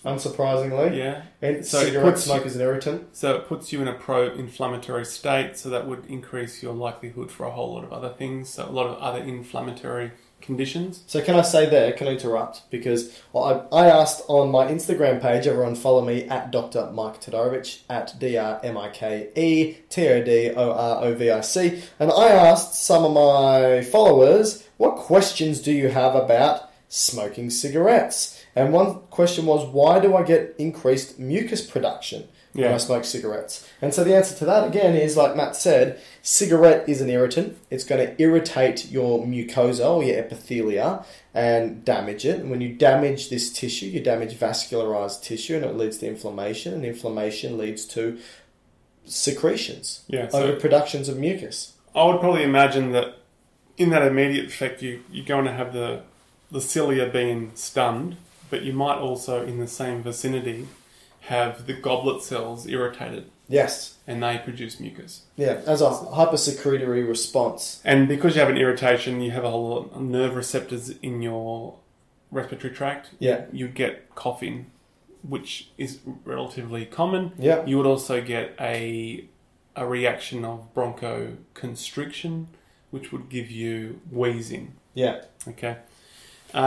[SPEAKER 4] Unsurprisingly.
[SPEAKER 3] Yeah.
[SPEAKER 4] And
[SPEAKER 3] So it
[SPEAKER 4] cigarette
[SPEAKER 3] puts-
[SPEAKER 4] smoke is an irritant.
[SPEAKER 3] So it puts you in a pro-inflammatory state, so that would increase your likelihood for a whole lot of other things. So a lot of other inflammatory conditions.
[SPEAKER 4] So can I say there? Can I interrupt? Because well, I, I asked on my Instagram page. Everyone follow me at Dr. Mike Todorovic at D R M I K E T O D O R O V I C, and I asked some of my followers, "What questions do you have about smoking cigarettes?" And one question was, "Why do I get increased mucus production?" when
[SPEAKER 3] Yeah.
[SPEAKER 4] I smoke cigarettes. And so the answer to that again is like Matt said, cigarette is an irritant. It's going to irritate your mucosa or your epithelia and damage it. And when you damage this tissue, you damage vascularized tissue and it leads to inflammation and inflammation leads to secretions,
[SPEAKER 3] Yeah, so-
[SPEAKER 4] overproductions of mucus.
[SPEAKER 3] I would probably imagine that in that immediate effect, you, you're going to have the, the cilia being stunned, but you might also, in the same vicinity, have the goblet cells irritated
[SPEAKER 4] Yes.
[SPEAKER 3] and they produce mucus.
[SPEAKER 4] Yeah, as a hypersecretory response.
[SPEAKER 3] And because you have an irritation, you have a whole lot of nerve receptors in your respiratory tract.
[SPEAKER 4] Yeah.
[SPEAKER 3] You get coughing, which is relatively common.
[SPEAKER 4] Yeah.
[SPEAKER 3] You would also get a a reaction of bronchoconstriction, which would give you wheezing.
[SPEAKER 4] Yeah.
[SPEAKER 3] Okay.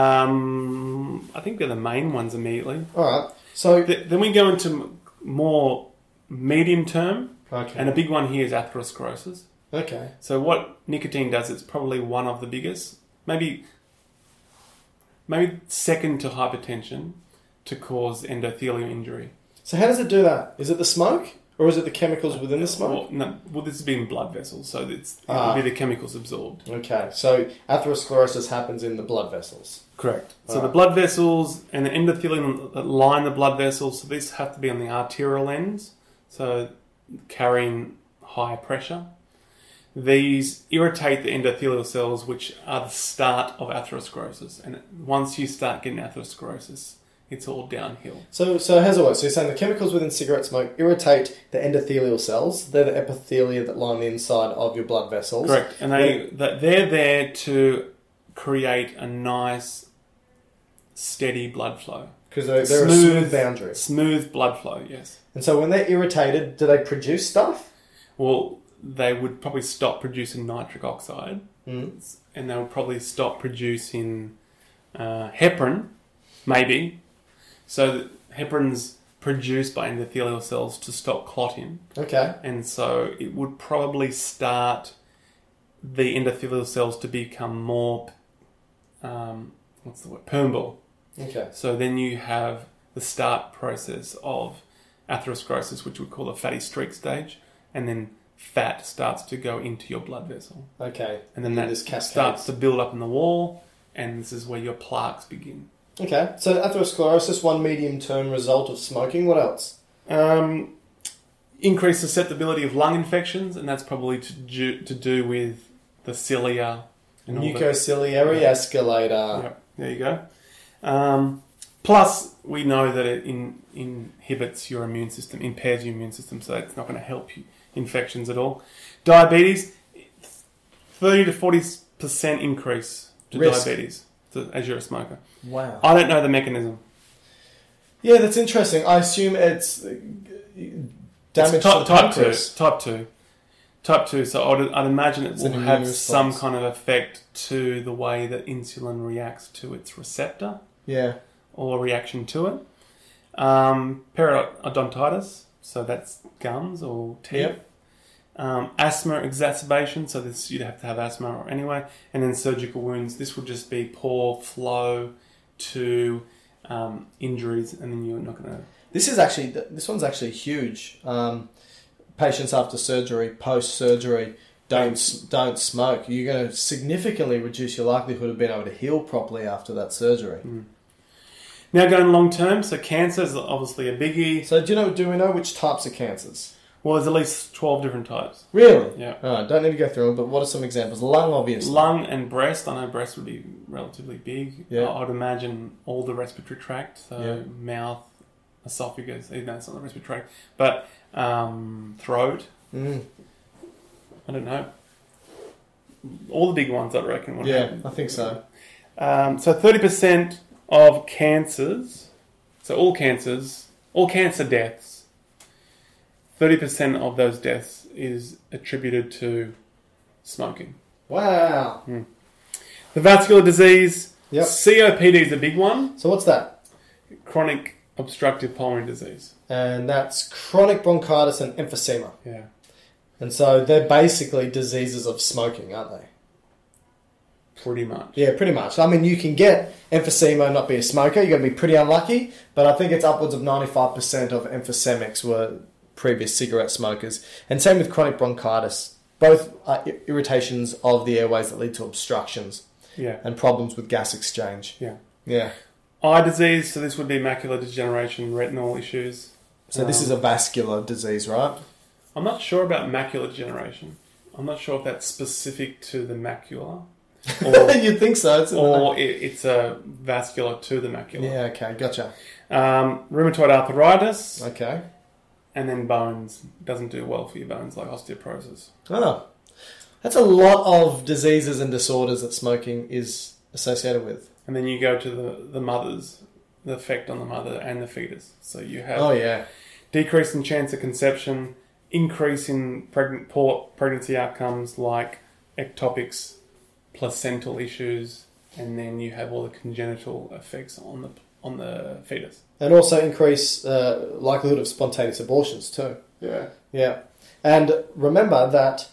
[SPEAKER 3] Um, I think they're the main ones immediately.
[SPEAKER 4] All right. So
[SPEAKER 3] Th- Then we go into m- more medium term,
[SPEAKER 4] okay.
[SPEAKER 3] and a big one here is atherosclerosis.
[SPEAKER 4] okay.
[SPEAKER 3] So what nicotine does, it's probably one of the biggest, maybe, maybe second to hypertension, to cause endothelial injury.
[SPEAKER 4] So how does it do that? Is it the smoke or is it the chemicals within the smoke?
[SPEAKER 3] Well, no, well, this has been blood vessels, so it's, it
[SPEAKER 4] Ah.
[SPEAKER 3] will be the chemicals absorbed.
[SPEAKER 4] Okay, so atherosclerosis happens in the blood vessels.
[SPEAKER 3] Correct. So the
[SPEAKER 4] Alright.
[SPEAKER 3] blood vessels and the endothelium that line the blood vessels, so these have to be on the arterial ends, so carrying high pressure. These irritate the endothelial cells, which are the start of atherosclerosis. And once you start getting atherosclerosis, it's all downhill.
[SPEAKER 4] So, so how's it work? So you're saying the chemicals within cigarette smoke irritate the endothelial cells. They're the epithelia that line the inside of your blood vessels.
[SPEAKER 3] Correct. And they that they're there to create a nice, steady blood flow.
[SPEAKER 4] Because they're, they're a smooth boundary.
[SPEAKER 3] Smooth blood flow, yes.
[SPEAKER 4] And so when they're irritated, do they produce stuff?
[SPEAKER 3] Well, they would probably stop producing nitric oxide, and they would probably stop producing uh, heparin, maybe. So that heparin's produced by endothelial cells to stop clotting,
[SPEAKER 4] Okay.
[SPEAKER 3] and so it would probably start the endothelial cells to become more, um, what's the word, permeable.
[SPEAKER 4] Okay.
[SPEAKER 3] So then you have the start process of atherosclerosis, which we call the fatty streak stage, and then fat starts to go into your blood vessel,
[SPEAKER 4] Okay.
[SPEAKER 3] and then that
[SPEAKER 4] this cascade.
[SPEAKER 3] starts to build up in the wall, and this is where your plaques begin.
[SPEAKER 4] Okay. So atherosclerosis, one medium-term result of smoking. What else?
[SPEAKER 3] Um, increased susceptibility of lung infections, and that's probably to do, to do with the cilia and all the-
[SPEAKER 4] Mucociliary escalator.
[SPEAKER 3] Yep, there you go. Um, plus, we know that it in, inhibits your immune system, impairs your immune system, so it's not going to help you infections at all. Diabetes, thirty to forty percent increase to
[SPEAKER 4] Risk.
[SPEAKER 3] diabetes to, as you're a smoker.
[SPEAKER 4] Wow.
[SPEAKER 3] I don't know the mechanism.
[SPEAKER 4] Yeah, that's interesting. I assume it's uh, damage
[SPEAKER 3] It's type,
[SPEAKER 4] to the
[SPEAKER 3] type two,
[SPEAKER 4] pancreas.
[SPEAKER 3] type two, type two. So I'd, I'd imagine it
[SPEAKER 4] an
[SPEAKER 3] will
[SPEAKER 4] immune
[SPEAKER 3] have some
[SPEAKER 4] response.
[SPEAKER 3] kind of effect to the way that insulin reacts to its receptor.
[SPEAKER 4] Yeah.
[SPEAKER 3] or reaction to it. Um, periodontitis, so that's gums or teeth.
[SPEAKER 4] Yep.
[SPEAKER 3] Um, asthma exacerbation, so this you'd have to have asthma or anyway, and then surgical wounds. This would just be poor flow to um, injuries, and then you're not going to.
[SPEAKER 4] This is actually this one's actually huge. Um, patients after surgery, post surgery, don't s- don't smoke. You're going to significantly reduce your likelihood of being able to heal properly after that surgery.
[SPEAKER 3] Hmm. Now going long term, so cancer is obviously a biggie.
[SPEAKER 4] So do you know? Do we know which types of cancers?
[SPEAKER 3] Well, there's at least twelve different types.
[SPEAKER 4] Really?
[SPEAKER 3] Yeah.
[SPEAKER 4] Alright, don't need to go through them. But what are some examples? Lung, obviously.
[SPEAKER 3] Lung and breast. I know breast would be relatively big.
[SPEAKER 4] Yeah.
[SPEAKER 3] I- I'd imagine all the respiratory tract, so
[SPEAKER 4] Yeah.
[SPEAKER 3] mouth, esophagus. Even though it's not the respiratory tract, but um, throat.
[SPEAKER 4] Mm.
[SPEAKER 3] I don't know. All the big ones, I reckon. would
[SPEAKER 4] Yeah,
[SPEAKER 3] happen.
[SPEAKER 4] I think so.
[SPEAKER 3] Um, so thirty percent of cancers, so all cancers, all cancer deaths. Thirty percent of those deaths is attributed to smoking.
[SPEAKER 4] Wow.
[SPEAKER 3] The vascular disease.
[SPEAKER 4] Yep.
[SPEAKER 3] COPD is a big one.
[SPEAKER 4] So what's that?
[SPEAKER 3] Chronic obstructive pulmonary disease.
[SPEAKER 4] And that's chronic bronchitis and emphysema.
[SPEAKER 3] Yeah.
[SPEAKER 4] And so they're basically diseases of smoking, aren't they?
[SPEAKER 3] Pretty much.
[SPEAKER 4] Yeah, pretty much. I mean, you can get emphysema and not be a smoker. You're going to be pretty unlucky, but I think it's upwards of 95% of emphysemics were previous cigarette smokers. And same with chronic bronchitis. Both are i- irritations of the airways that lead to obstructions
[SPEAKER 3] Yeah.
[SPEAKER 4] and problems with gas exchange.
[SPEAKER 3] Yeah.
[SPEAKER 4] Yeah.
[SPEAKER 3] Eye disease. So this would be macular degeneration, retinal issues.
[SPEAKER 4] So this is a vascular disease, right?
[SPEAKER 3] I'm not sure about macular degeneration. I'm not sure if that's specific to the macula, or,
[SPEAKER 4] You'd think so. It's
[SPEAKER 3] or it, it's a vascular to the macula.
[SPEAKER 4] yeah, okay, gotcha.
[SPEAKER 3] Um, rheumatoid arthritis,
[SPEAKER 4] Okay.
[SPEAKER 3] and then bones doesn't do well for your bones, like osteoporosis.
[SPEAKER 4] Oh, that's a lot of diseases and disorders that smoking is associated with.
[SPEAKER 3] And then you go to the, the mothers, the effect on the mother and the fetus. So you have
[SPEAKER 4] Oh, yeah.
[SPEAKER 3] decrease in chance of conception, increase in pregnant, poor pregnancy outcomes like ectopics, placental issues, and then you have all the congenital effects on the on the fetus.
[SPEAKER 4] And also increase uh, likelihood of spontaneous abortions, too.
[SPEAKER 3] Yeah.
[SPEAKER 4] Yeah. And remember that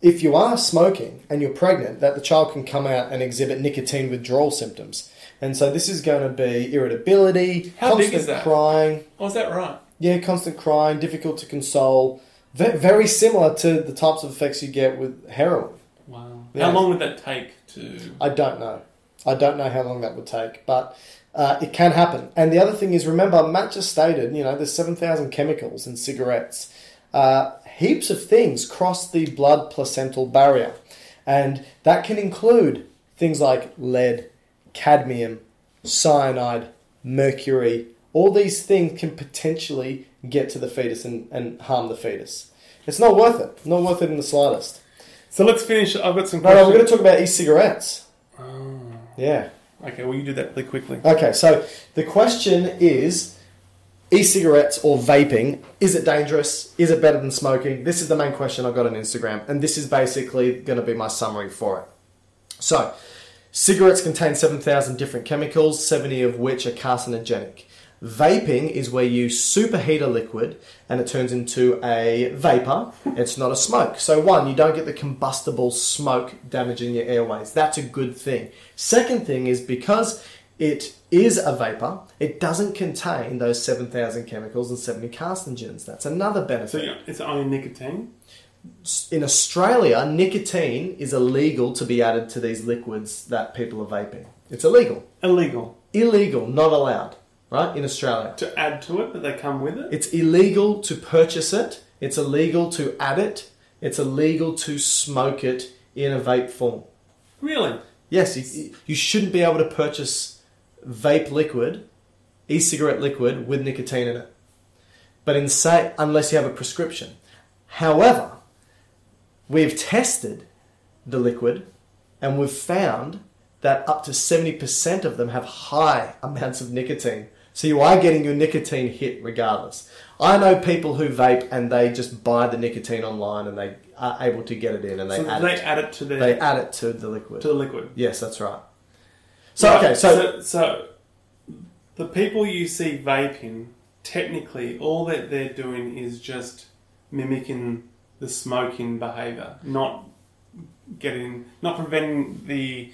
[SPEAKER 4] if you are smoking and you're pregnant, that the child can come out and exhibit nicotine withdrawal symptoms. And so this is going to be irritability,
[SPEAKER 3] How big
[SPEAKER 4] constant
[SPEAKER 3] is that?
[SPEAKER 4] crying,
[SPEAKER 3] Oh, is that right?
[SPEAKER 4] yeah, constant crying, difficult to console, ve- very similar to the types of effects you get with heroin.
[SPEAKER 3] Wow.
[SPEAKER 4] Yeah.
[SPEAKER 3] How long would that take to?
[SPEAKER 4] I don't know. I don't know how long that would take, but uh, it can happen. And the other thing is, remember, Matt just stated, you know, there's 7,000 chemicals in cigarettes. Uh, heaps of things cross the blood placental barrier. And that can include things like lead, cadmium, cyanide, mercury. All these things can potentially get to the fetus and, and harm the fetus. It's not worth it. Not worth it in the slightest.
[SPEAKER 3] So let's finish. I've got some
[SPEAKER 4] No, no,
[SPEAKER 3] questions.
[SPEAKER 4] we're going to talk about e-cigarettes. Yeah.
[SPEAKER 3] Okay, well you do that really quickly.
[SPEAKER 4] Okay, so the question is e-cigarettes or vaping, is it dangerous? Is it better than smoking? This is the main question I got on Instagram, and this is basically going to be my summary for it. So, cigarettes contain 7,000 different chemicals, 70 of which are carcinogenic. Vaping is where you superheat a liquid and it turns into a vapor. It's not a smoke. So, one, you don't get the combustible smoke damaging your airways. That's a good thing. Second thing is because it is a vapor, it doesn't contain those 7,000 chemicals and 70 carcinogens. That's another benefit
[SPEAKER 3] So yeah, it's only nicotine.
[SPEAKER 4] in Australia, nicotine is illegal to be added to these liquids that people are vaping. It's illegal.
[SPEAKER 3] Illegal
[SPEAKER 4] Illegal, not allowed, right? In Australia.
[SPEAKER 3] to add to it, but they come with it.
[SPEAKER 4] It's illegal to purchase it, it's illegal to add it, it's illegal to smoke it in a vape form.
[SPEAKER 3] Really?
[SPEAKER 4] Yes, you, you shouldn't be able to purchase vape liquid, e cigarette liquid with nicotine in it. But in say, unless you have a prescription. However, we've tested the liquid and we've found that up to 70% of them have high amounts of nicotine. So you are getting your nicotine hit regardless. I know people who vape and they just buy the nicotine online and they are able to get it in and they
[SPEAKER 3] So
[SPEAKER 4] add
[SPEAKER 3] they
[SPEAKER 4] it.
[SPEAKER 3] add it to the
[SPEAKER 4] They add it to the liquid.
[SPEAKER 3] to the liquid.
[SPEAKER 4] Yes, that's right. So okay, so,
[SPEAKER 3] so the people you see vaping, technically, all that they're doing is just mimicking the smoking behaviour, not getting, not preventing the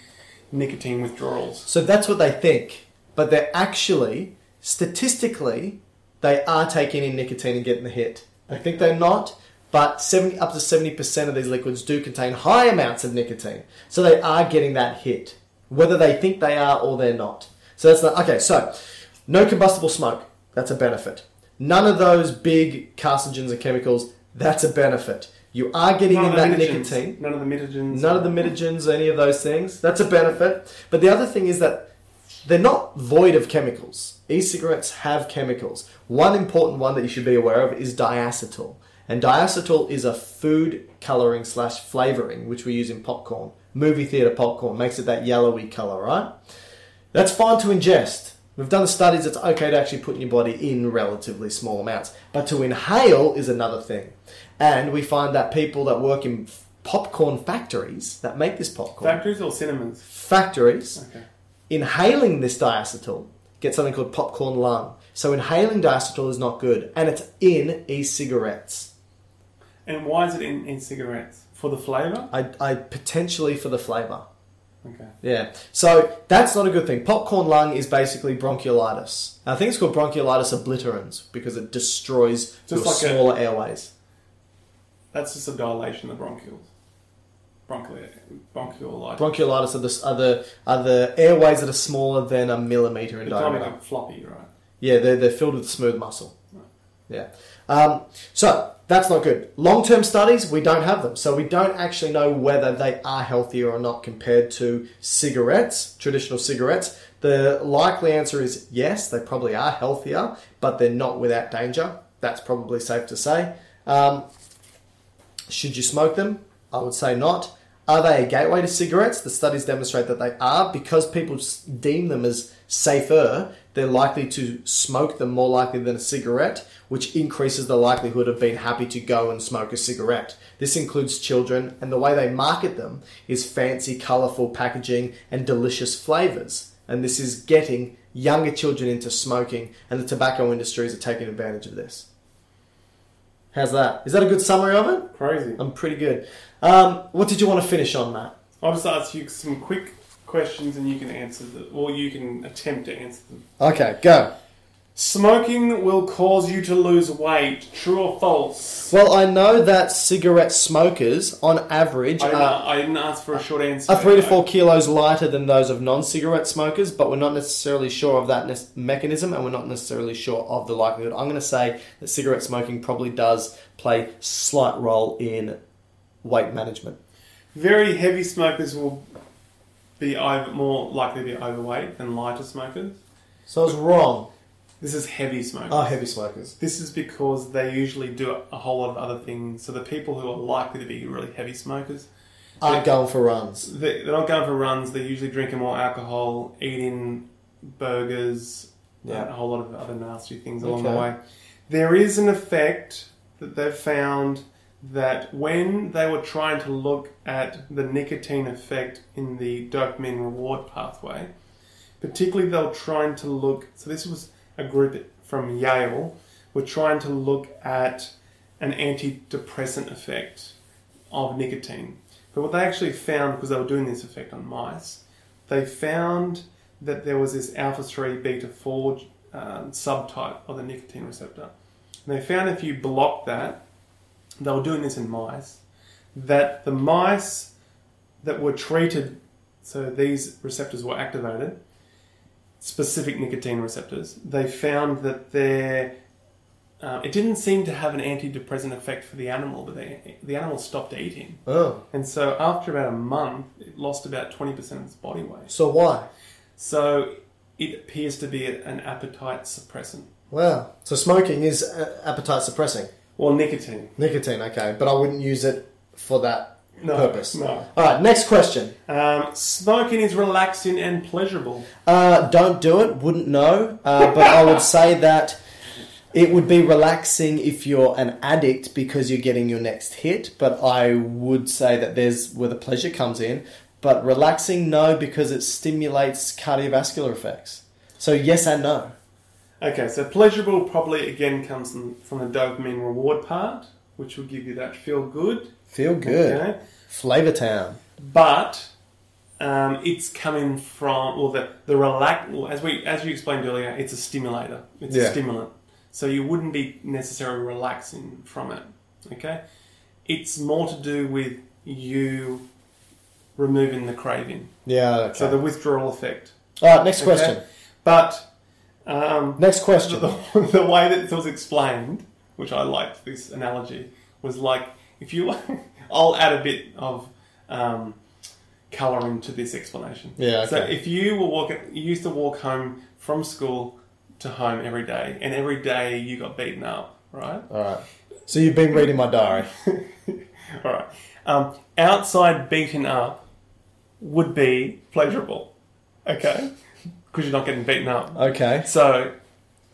[SPEAKER 3] nicotine withdrawals.
[SPEAKER 4] so that's what they think, but they're actually statistically they are taking in nicotine and getting the hit. They think they're not, but 70 up to 70% of these liquids do contain high amounts of nicotine. So they are getting that hit whether they think they are or they're not. So that's the, okay, so no combustible smoke, that's a benefit. None of those big carcinogens and chemicals, that's a benefit. You are getting in
[SPEAKER 3] the
[SPEAKER 4] that
[SPEAKER 3] mitogens-
[SPEAKER 4] nicotine.
[SPEAKER 3] None of the mitogens.
[SPEAKER 4] None of the mitogens, any of those things. That's a benefit. But the other thing is that they're not void of chemicals. E cigarettes have chemicals. One important one that you should be aware of is diacetyl. And diacetyl is a food coloring slash flavoring, which we use in popcorn. Movie theater popcorn makes it that yellowy color, right? That's fine to ingest. We've done the studies, it's okay to actually put in your body in relatively small amounts. But to inhale is another thing. And we find that people that work in f- popcorn factories that make this popcorn
[SPEAKER 3] uh, Factories or cinemas?
[SPEAKER 4] factories
[SPEAKER 3] Okay.
[SPEAKER 4] inhaling this diacetyl get something called popcorn lung. So inhaling diacetyl is not good, and it's in e-cigarettes.
[SPEAKER 3] And why is it in, in cigarettes? For the flavour?
[SPEAKER 4] I, I potentially for the flavour.
[SPEAKER 3] Okay.
[SPEAKER 4] Yeah. So that's not a good thing. Popcorn lung is basically bronchiolitis. I think it's called bronchiolitis obliterans because it destroys your
[SPEAKER 3] Just like a-
[SPEAKER 4] smaller airways.
[SPEAKER 3] That's just a dilation of the bronchioles. Bronchial, bronchiolitis.
[SPEAKER 4] Bronchiolitis are the, are, the, are the airways that are smaller than a millimetre in
[SPEAKER 3] It's kind of
[SPEAKER 4] diameter.
[SPEAKER 3] like floppy, right?
[SPEAKER 4] Yeah, they're, they're filled with smooth muscle. Yeah. Um, so that's not good. Long term studies, we don't have them. So we don't actually know whether they are healthier or not compared to cigarettes, traditional cigarettes. The likely answer is yes, they probably are healthier, but they're not without danger. That's probably safe to say. Um, should you smoke them? I would say not. Are they a gateway to cigarettes? The studies demonstrate that they are because people s- deem them as safer. They're likely to smoke them more likely than a cigarette, which increases the likelihood of being happy to go and smoke a cigarette. This includes children, and the way they market them is fancy, colourful packaging and delicious flavours. And this is getting younger children into smoking, and the tobacco industries are taking advantage of this. How's that? Is that a good summary of it?
[SPEAKER 3] Crazy.
[SPEAKER 4] I'm pretty good. Um, what did you want to finish on, Matt?
[SPEAKER 3] I'll just ask you some quick questions and you can answer them. Or you can attempt to answer them.
[SPEAKER 4] Okay, go.
[SPEAKER 3] Smoking will cause you to lose weight. True or false?
[SPEAKER 4] Well, I know that cigarette smokers, on average,
[SPEAKER 3] I didn't,
[SPEAKER 4] are,
[SPEAKER 3] I didn't ask for a short answer.
[SPEAKER 4] are Uh, three to
[SPEAKER 3] I-
[SPEAKER 4] four kilos lighter than those of non-cigarette smokers, but we're not necessarily sure of that nes- mechanism, and we're not necessarily sure of the likelihood. I'm going to say that cigarette smoking probably does play slight role in weight management.
[SPEAKER 3] Very heavy smokers will be over, more likely to be overweight than lighter smokers.
[SPEAKER 4] So I was wrong.
[SPEAKER 3] This is heavy smokers.
[SPEAKER 4] Oh, heavy smokers.
[SPEAKER 3] This is because they usually do a whole lot of other things. So the people who are likely to be really heavy smokers,
[SPEAKER 4] Aren't going for runs.
[SPEAKER 3] they, they're not going for runs. They're usually drinking more alcohol, eating burgers,
[SPEAKER 4] Yeah.
[SPEAKER 3] and a whole lot of other nasty things along
[SPEAKER 4] Okay.
[SPEAKER 3] the way. There is an effect that they've found that when they were trying to look at the nicotine effect in the dopamine reward pathway, particularly they were trying to look. So this was a group from Yale. Were trying to look at an antidepressant effect of nicotine. But what they actually found, because they were doing this effect on mice, they found that there was this alpha 3 beta 4 um, subtype of the nicotine receptor. And they found if you block that, they were doing this in mice, that the mice that were treated, so these receptors were activated, specific nicotine receptors, they found that their uh, it didn't seem to have an antidepressant effect for the animal, but they, the animal stopped eating.
[SPEAKER 4] Oh,
[SPEAKER 3] And so after about a month, it lost about 20% of its body weight.
[SPEAKER 4] so why?
[SPEAKER 3] So it appears to be an appetite suppressant.
[SPEAKER 4] Wow. So smoking is uh, appetite suppressing.
[SPEAKER 3] Well, nicotine.
[SPEAKER 4] Nicotine, okay, but I wouldn't use it for that
[SPEAKER 3] No,
[SPEAKER 4] purpose.
[SPEAKER 3] no.
[SPEAKER 4] All right, next question.
[SPEAKER 3] Um, smoking is relaxing and pleasurable.
[SPEAKER 4] Uh, don't do it. Wouldn't know, uh, but I would say that it would be relaxing if you're an addict because you're getting your next hit. But I would say that there's where the pleasure comes in. But relaxing, no, because it stimulates cardiovascular effects. So yes and no.
[SPEAKER 3] Okay, so pleasurable probably again comes from, from the dopamine reward part, which will give you that feel good.
[SPEAKER 4] Feel good.
[SPEAKER 3] Okay.
[SPEAKER 4] Flavor Town.
[SPEAKER 3] but um, it's coming from well the the relax well, as we as you explained earlier it's a stimulator it's
[SPEAKER 4] Yeah.
[SPEAKER 3] a stimulant so you wouldn't be necessarily relaxing from it okay it's more to do with you removing the craving
[SPEAKER 4] Yeah. Okay.
[SPEAKER 3] so the withdrawal effect
[SPEAKER 4] All right, next
[SPEAKER 3] okay?
[SPEAKER 4] question.
[SPEAKER 3] but um,
[SPEAKER 4] Next question.
[SPEAKER 3] the, the way that it was explained which I liked this analogy was like if you I'll add a bit of um, color into this explanation.
[SPEAKER 4] Yeah,
[SPEAKER 3] So
[SPEAKER 4] okay.
[SPEAKER 3] if you were walking, you used to walk home from school to home every day, and every day you got beaten up, right?
[SPEAKER 4] All right. So you've been reading my diary.
[SPEAKER 3] All right. Um, outside beaten up would be pleasurable, okay? Because you're not getting beaten up.
[SPEAKER 4] Okay.
[SPEAKER 3] So,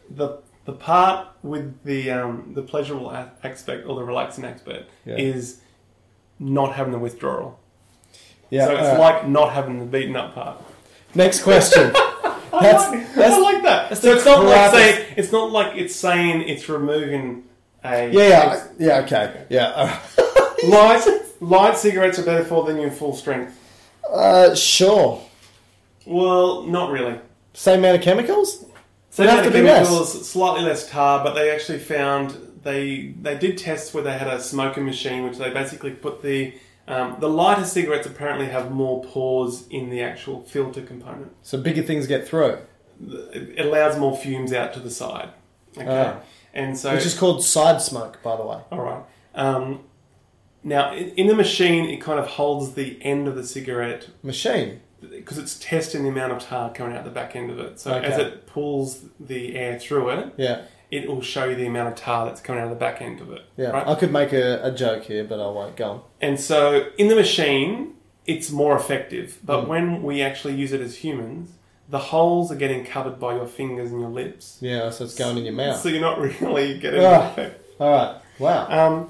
[SPEAKER 3] the the part with the um, the pleasurable a- aspect or the relaxing aspect
[SPEAKER 4] Yeah.
[SPEAKER 3] is not having the withdrawal.
[SPEAKER 4] Yeah. uh,
[SPEAKER 3] so it's
[SPEAKER 4] all right.
[SPEAKER 3] like not having the beaten up part.
[SPEAKER 4] Next question. that's,
[SPEAKER 3] I
[SPEAKER 4] that's-
[SPEAKER 3] like that.
[SPEAKER 4] that's
[SPEAKER 3] So
[SPEAKER 4] the
[SPEAKER 3] it's not like
[SPEAKER 4] crappiest-
[SPEAKER 3] saying it's not like it's saying it's removing a
[SPEAKER 4] Yeah, yeah, yeah. Okay, yeah. all right.
[SPEAKER 3] light light cigarettes are better for than you in full strength.
[SPEAKER 4] Uh, sure.
[SPEAKER 3] Well, not really.
[SPEAKER 4] Same amount of chemicals.
[SPEAKER 3] So
[SPEAKER 4] It'd have
[SPEAKER 3] amount of
[SPEAKER 4] to be less.
[SPEAKER 3] chemicals, slightly less tar, but they actually found they they did tests where they had a smoking machine, which they basically put the um, the lighter cigarettes apparently have more pores in the actual filter component.
[SPEAKER 4] So bigger things get through,
[SPEAKER 3] It allows more fumes out to the side. Okay,
[SPEAKER 4] Ah.
[SPEAKER 3] and so
[SPEAKER 4] which is called side smoke, by the way.
[SPEAKER 3] All right. Um, now, in, in the machine, it kind of holds the end of the cigarette
[SPEAKER 4] Machine.
[SPEAKER 3] because it's testing the amount of tar coming out the back end of it. So as
[SPEAKER 4] Okay.
[SPEAKER 3] it pulls the air through it,
[SPEAKER 4] Yeah,
[SPEAKER 3] it will show you the amount of tar that's coming out of the back end of it.
[SPEAKER 4] yeah.
[SPEAKER 3] Right?
[SPEAKER 4] I could make a, a joke here, but I won't. Go on.
[SPEAKER 3] And so in the machine, it's more effective.
[SPEAKER 4] Mm.
[SPEAKER 3] But when we actually use it as humans, the holes are getting covered by your fingers and your lips.
[SPEAKER 4] Yeah, so it's going in your mouth.
[SPEAKER 3] So you're not really getting
[SPEAKER 4] Ah.
[SPEAKER 3] the effect.
[SPEAKER 4] All right. Wow.
[SPEAKER 3] Um,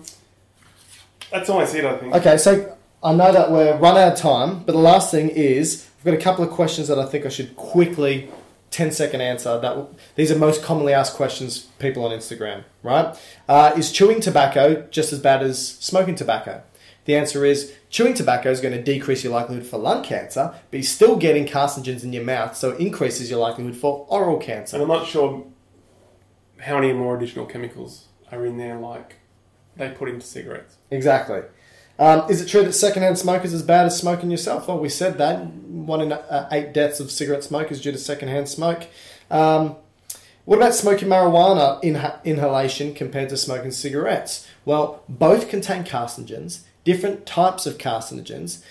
[SPEAKER 3] that's almost it, I think.
[SPEAKER 4] Okay, so I know that we're run out of time, but the last thing is I've got a couple of questions that I think I should quickly 10 second answer. That these are most commonly asked questions people on Instagram. Right? Uh, is chewing tobacco just as bad as smoking tobacco? The answer is chewing tobacco is going to decrease your likelihood for lung cancer, but you're still getting carcinogens in your mouth, so it increases your likelihood for oral
[SPEAKER 3] And
[SPEAKER 4] cancer.
[SPEAKER 3] I'm not sure how many more additional chemicals are in there, like they put into cigarettes.
[SPEAKER 4] Exactly. Um, is it true that secondhand smoke is as bad as smoking yourself? Well, we said that. One in uh, eight deaths of cigarette smoke is due to secondhand smoke. Um, what about smoking marijuana inha- inhalation compared to smoking cigarettes? Well, both contain carcinogens, different types of carcinogens.